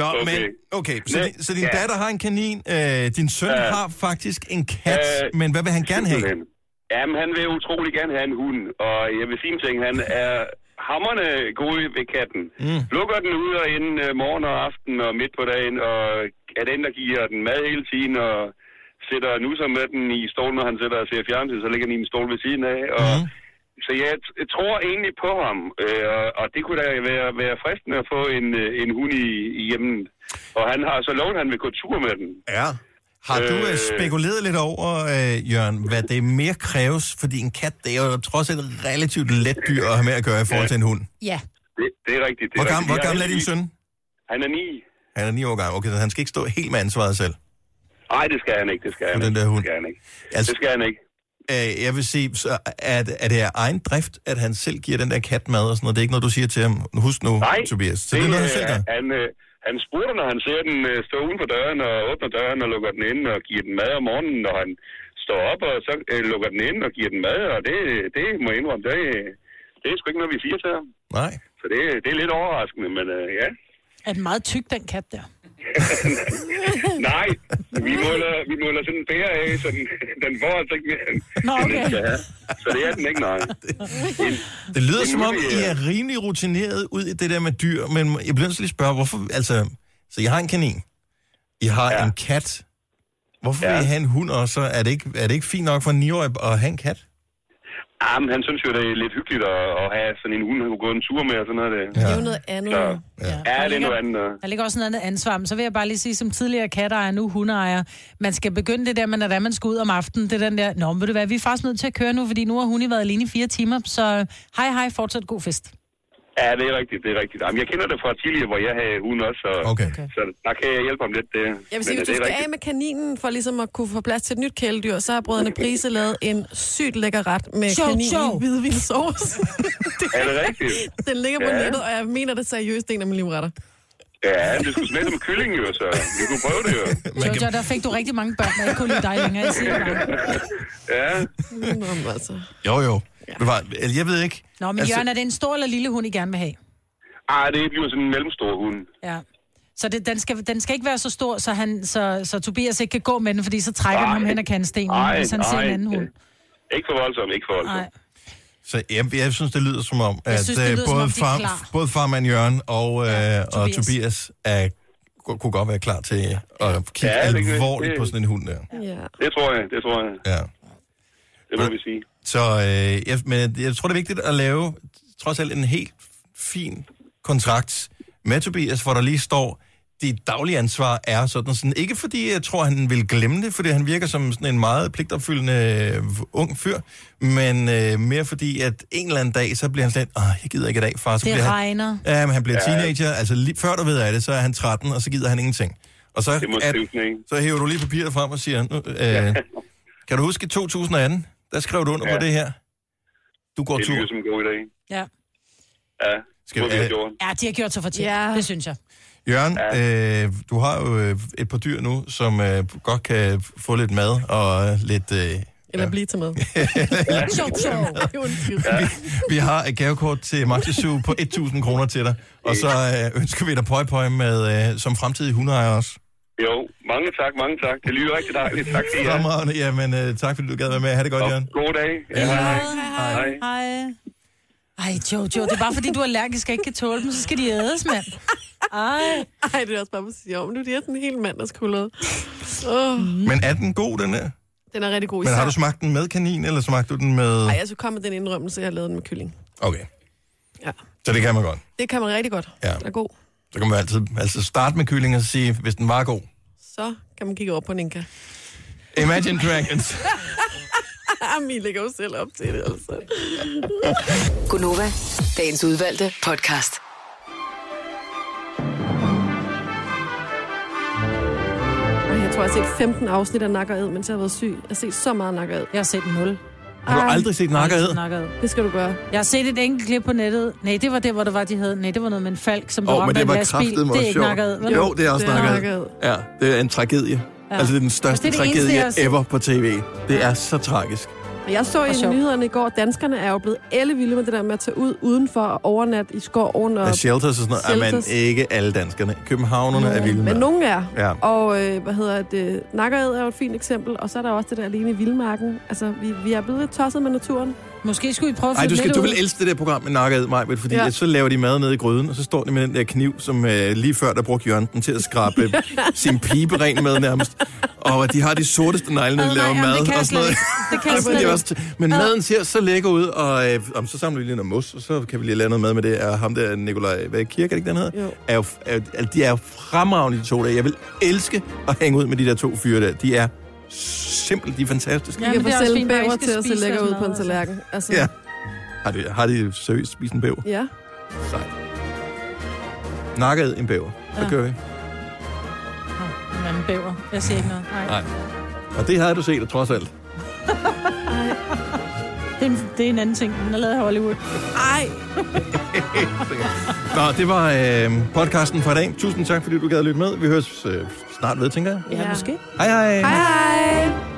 Speaker 1: Nå, okay.
Speaker 8: Okay.
Speaker 1: men okay, så,
Speaker 8: Men-
Speaker 1: din, så din
Speaker 8: ja.
Speaker 1: datter har en kanin, øh, din søn
Speaker 8: Ja.
Speaker 1: har faktisk en kat,
Speaker 8: Øh,
Speaker 1: men hvad vil han gerne have?
Speaker 8: Simpelthen. Jamen, han vil utrolig gerne have en hund, og jeg vil sige en ting, han er hammerne god ved katten. Mm. Lukker den ud og ind øh, morgen og aften og midt på dagen, og er den, der giver den mad hele tiden, og sætter nu så med den i stolen, når han sætter og ser fjernsyn, så ligger den i en stol ved siden af. Og,
Speaker 1: Mhm.
Speaker 8: mm. Så jeg t- tror egentlig på ham, øh, og, og det kunne da være, være fristende at få en, øh, en hund i, i hjemmen. Og han har så lovet, at han vil gå tur med den.
Speaker 1: Ja. Har du øh,
Speaker 8: Øh.
Speaker 1: spekuleret lidt over, øh, Jørgen, hvad det mere kræves? Fordi en kat, det er jo trods alt et relativt let dyr at have med at gøre i forhold til en hund.
Speaker 3: Ja.
Speaker 8: Det, det er rigtigt. Det
Speaker 1: Hvor
Speaker 8: er
Speaker 1: gammel,
Speaker 8: rigtigt.
Speaker 1: hvor
Speaker 8: Jeg
Speaker 1: gammel er din
Speaker 8: heldigvis-
Speaker 1: søn?
Speaker 8: Han er ni.
Speaker 1: Han er 9 år gammel. Okay, så han skal ikke stå helt med ansvaret selv.
Speaker 8: Nej, det skal han ikke, det skal han
Speaker 1: den
Speaker 8: ikke.
Speaker 1: der hund.
Speaker 8: Det skal han ikke.
Speaker 1: Altså-
Speaker 8: Det skal han ikke.
Speaker 1: Øh, jeg vil sige, så er, det- er det af egen drift, at han selv giver den der kat mad og sådan noget? Det er ikke noget, du siger til ham. Husk nu,
Speaker 8: Nej.
Speaker 1: Tobias. Så det, det er noget, han
Speaker 8: øh,
Speaker 1: selv gør.
Speaker 8: han, øh, han spurgte, når han ser den øh, stå uden for døren, og åbner døren og lukker den ind, og giver den mad om morgenen, når han står op, og så øh, lukker den ind og giver den mad, og det, det må jeg indrømme, det, øh, det er sgu ikke noget, vi siger til ham.
Speaker 1: Nej.
Speaker 8: Så det, det er lidt overraskende, men øh, ja.
Speaker 3: Er den meget tyk, den kat der?
Speaker 8: Nej, vi måler, vi måler sådan en pære af, så den, den får altså ikke mere, end
Speaker 3: Nå,
Speaker 8: den
Speaker 3: okay.
Speaker 8: skal have. Så det er den ikke, nej.
Speaker 1: Det lyder
Speaker 8: Det er
Speaker 1: som om,
Speaker 8: muligt,
Speaker 1: I
Speaker 8: ja.
Speaker 1: er rimelig rutineret ud i det der med dyr, men jeg bliver nødt til lige at spørge, hvorfor, altså, så I har en kanin, I har ja.
Speaker 8: Ja.
Speaker 1: en kat, hvorfor ja.
Speaker 8: Ja.
Speaker 1: vil I have en hund også? Er det ikke, er det ikke fint nok for en 9-årig at have en kat?
Speaker 8: Jamen, Ah, han synes jo, det er lidt hyggeligt at, at have sådan en hund, han kunne gå en tur med og sådan noget. Det.
Speaker 2: Det er jo noget andet.
Speaker 8: Så,
Speaker 2: jo.
Speaker 3: Ja.
Speaker 8: ja,
Speaker 3: Der
Speaker 8: det er
Speaker 3: ligger-
Speaker 8: noget andet. og-
Speaker 3: Der ligger også noget andet ansvar, men så vil jeg bare lige sige, som tidligere katteejer, nu hundeejer, man skal begynde det der, men når det er, man skal ud om aftenen, det er den der, nå, men ved du hvad, vi er faktisk nødt til at køre nu, fordi nu har hun været alene i fire timer, så hej hej, fortsat god fest.
Speaker 8: Ja, det er rigtigt, det er rigtigt. Jamen, jeg kender det fra tidligere, hvor jeg havde hun også, så,
Speaker 1: Okay.
Speaker 3: Okay.
Speaker 8: så der kan jeg hjælpe ham lidt. Det.
Speaker 2: Jeg vil sige,
Speaker 8: Men,
Speaker 2: hvis
Speaker 8: øh,
Speaker 2: du
Speaker 8: det er
Speaker 2: skal af
Speaker 8: rigtigt.
Speaker 2: med kaninen for ligesom at kunne få plads til et nyt kæledyr, så har brødrene Prise lavet en sygt lækker ret med
Speaker 3: Sjov,
Speaker 2: kanin
Speaker 3: sjov.
Speaker 2: i hvidvildssauce.
Speaker 8: Er det rigtigt?
Speaker 2: Den ligger på
Speaker 8: Ja.
Speaker 2: nettet, og jeg mener det seriøst, det er en af mine livretter.
Speaker 8: Ja, det skulle smage som kylling jo, så vi kunne prøve det jo.
Speaker 1: Man
Speaker 3: Jojo,
Speaker 1: kan,
Speaker 3: der fik du rigtig mange børn, der ikke kunne lide dig længere. Jeg siger det bare.
Speaker 8: Ja,
Speaker 2: Nå, men altså.
Speaker 1: jo, jo. Ja. Jeg ved ikke. Altså,
Speaker 3: Nå, men Jørgen, er det en stor eller lille hund, I gerne vil have?
Speaker 8: ah, det bliver sådan en mellemstor hund.
Speaker 3: Ja. Så det, den, skal, den skal ikke være så stor, så, han, så, så Tobias ikke kan gå med den, fordi så trækker han
Speaker 8: Ej.
Speaker 3: ham hen ad kantstenen,
Speaker 8: Ej,
Speaker 3: hvis han ser
Speaker 8: ej.
Speaker 3: en anden hund.
Speaker 8: Ikke for voldsom, ikke for voldsom.
Speaker 3: Nej.
Speaker 1: Så jeg, jeg synes, det lyder som om, at
Speaker 3: synes, det
Speaker 1: øh,
Speaker 3: lyder, som
Speaker 1: både,
Speaker 3: om de er
Speaker 1: far,
Speaker 3: klar.
Speaker 1: både farmand Jørgen og, ja, øh, og
Speaker 3: Tobias.
Speaker 1: Tobias er, kunne godt være klar til at kigge
Speaker 8: Ja, det kan-
Speaker 1: alvorligt
Speaker 8: det-
Speaker 1: på sådan en hund der.
Speaker 2: Ja.
Speaker 8: Det tror jeg, det tror jeg.
Speaker 1: Ja.
Speaker 8: Det må vi sige.
Speaker 1: Så øh, jeg, men jeg tror, det er vigtigt at lave trods alt en helt fin kontrakt med Tobias, hvor der lige står, dit daglige ansvar er sådan og sådan. Ikke fordi jeg tror, han vil glemme det, fordi han virker som sådan en meget pligtopfyldende øh, ung fyr, men øh, mere fordi, at en eller anden dag, så bliver han sådan, åh, jeg gider ikke i dag, far. Så
Speaker 3: Det
Speaker 1: bliver han,
Speaker 3: regner.
Speaker 1: ja, men han bliver teenager, altså lige før du ved af det, så er han 13, og så gider han ingenting. Og så,
Speaker 8: Det må
Speaker 1: er-
Speaker 8: skrive den, ikke?
Speaker 1: så hæver du lige papiret frem og siger, "Nu, øh, kan du huske i 2018, der skrev du under ja.
Speaker 8: Ja.
Speaker 1: på det her? Du går
Speaker 8: Det
Speaker 1: tur.
Speaker 8: lyder som en god idé.
Speaker 3: Ja.
Speaker 8: Ja,
Speaker 1: Skal
Speaker 8: må
Speaker 1: vi,
Speaker 8: vi have
Speaker 1: øh,
Speaker 8: gjort.
Speaker 3: Ja, de har gjort sig fortjent.
Speaker 2: Ja.
Speaker 3: Det synes jeg.
Speaker 1: Jørgen, øh, du har jo øh, et par dyr nu, som øh, godt kan få lidt mad og øh, lidt... Øh,
Speaker 2: Eller blive til med.
Speaker 3: Sjov, sjov.
Speaker 2: Det er undskyld.
Speaker 1: vi har et gavekort til Maxisue på 1.000 kroner til dig, og så øh, ønsker vi dig pøj, pøj med øh, som fremtidig hundeejer også.
Speaker 8: Jo, mange tak, mange tak. Det lyder rigtig dejligt. Tak til jer.
Speaker 1: Fremragende, jamen øh, tak fordi du gad være med. Ha' det godt,
Speaker 8: Og
Speaker 1: Jørgen.
Speaker 8: god dag.
Speaker 1: Ja, hej.
Speaker 8: Hej.
Speaker 3: Hej. Ej, Jojo, det er bare fordi, du er allergisk og ikke kan tåle dem, så skal de ædes, mand. Ej.
Speaker 2: Ej, det er også bare på at sige om. Nu er det sådan en helt mand, der skulle oh,
Speaker 1: Men er den god, den her?
Speaker 2: Den er rigtig god.
Speaker 1: Men har
Speaker 2: især-
Speaker 1: du smagt den med kanin, eller smagte du den med...
Speaker 2: Ej, jeg skulle komme med den indrømmelse, jeg har lavet den med kylling.
Speaker 1: Okay,
Speaker 2: Ja.
Speaker 1: så det kan man godt.
Speaker 2: Det kan man rigtig godt.
Speaker 1: Ja.
Speaker 2: Den er god.
Speaker 1: Så kan man altid altså starte med kylling og sige, hvis den var god.
Speaker 2: Så kan man kigge over på en inka.
Speaker 1: Imagine Dragons.
Speaker 2: Ami lægger jo selv op til det, altså.
Speaker 5: Gunova, dagens udvalgte podcast.
Speaker 2: Ej, Jeg tror, jeg har set 15 afsnit af Nakker Ed, mens jeg har været syg. Jeg har set så meget Nakker Ed.
Speaker 3: Jeg har set en hul.
Speaker 1: Har du aldrig set nakkerhed?
Speaker 3: Nakkerhed.
Speaker 2: Det skal du gøre.
Speaker 3: Jeg har set et enkelt klip på nettet. Nej, det var det, hvor det var, de havde. Nej, det var noget med en falk, som blev
Speaker 9: Åh,
Speaker 3: ramt
Speaker 9: men
Speaker 3: af
Speaker 9: det
Speaker 3: en
Speaker 9: var
Speaker 3: lastbil.
Speaker 9: kraftet mig
Speaker 3: Det er ikke nakket.
Speaker 9: sjovt. Jo, det er også
Speaker 2: Det er
Speaker 9: nakket.
Speaker 2: nakket.
Speaker 9: Ja, det er en tragedie. Ja. Altså, det er den største
Speaker 3: Og det er det eneste,
Speaker 9: tragedie
Speaker 3: jeg har set.
Speaker 9: ever på tv. Det er så tragisk.
Speaker 2: Men Jeg så i
Speaker 3: sjov.
Speaker 2: nyhederne i går, at danskerne er jo blevet alle vilde med det der med at tage ud udenfor og overnatte i skoven. Og...
Speaker 1: Ja, shelters og sådan noget. Ej, men
Speaker 2: Shelters.
Speaker 1: ikke alle danskerne. Københavnerne er vilde.
Speaker 2: Men
Speaker 1: med.
Speaker 2: nogen er.
Speaker 1: Ja.
Speaker 2: Og øh, hvad hedder det? Nakkered er jo et fint eksempel, og så er der også det der alene i vildmarken. Altså, vi, vi er blevet lidt tosset med naturen.
Speaker 3: Måske skulle I prøve at
Speaker 9: Ej,
Speaker 3: flytte
Speaker 9: du, skal,
Speaker 3: lidt
Speaker 9: du
Speaker 3: ud.
Speaker 9: vil elske det der program med nakket mig, fordi
Speaker 2: Ja.
Speaker 9: ja.
Speaker 1: Så laver de mad nede i gryden, og så står de med den der kniv, som øh, lige før der brugte Jørgen den til at skrabe sin pibe ren med nærmest. Og de har de sorteste negle, når de
Speaker 3: Ad, nej,
Speaker 1: laver
Speaker 3: jamen,
Speaker 1: mad
Speaker 3: det kan jeg
Speaker 1: og sådan noget.
Speaker 3: slet ikke. Det kan jeg
Speaker 1: Ej,
Speaker 3: slet
Speaker 1: det er
Speaker 3: ikke.
Speaker 1: også t- Men maden ser så lækker ud, og øh, om, så samler vi lige noget mos, og så kan vi lige lave noget mad med det. Og ham der, Nikolaj hvad, Kirk, er det ikke, den hedder?
Speaker 2: Jo.
Speaker 1: Er jo, f- er, er, de er jo fremragende, de to der. Jeg vil elske at hænge ud med de der to fyre der. De er simpelthen de er fantastiske.
Speaker 3: Ja,
Speaker 2: Vi
Speaker 3: men
Speaker 2: kan
Speaker 3: det er også
Speaker 2: få selv
Speaker 3: fint, når I
Speaker 2: bæver
Speaker 3: skal
Speaker 2: til at se
Speaker 3: spise
Speaker 2: lækker
Speaker 3: og
Speaker 2: ud
Speaker 3: sådan
Speaker 2: på en
Speaker 3: noget, altså.
Speaker 2: tallerken. Altså,
Speaker 1: Ja. Har de, har de seriøst spist en bæver?
Speaker 2: ja.
Speaker 1: Sejt. Nakket en bæver. Så
Speaker 3: Ja.
Speaker 1: kører vi.
Speaker 3: Nå, en anden bæver. Jeg ser ikke noget. Nej.
Speaker 1: Nej. Og det havde du set, trods alt.
Speaker 3: Det, er en, det er en anden ting. Den er lavet i Hollywood.
Speaker 2: Ej,
Speaker 1: Nå, det var øh, podcasten for i dag. Tusind tak, fordi du gad at lytte med. Vi høres øh, snart ved, tænker jeg.
Speaker 3: Ja,
Speaker 2: Ja.
Speaker 3: måske.
Speaker 1: Hej hej.
Speaker 2: hej hej!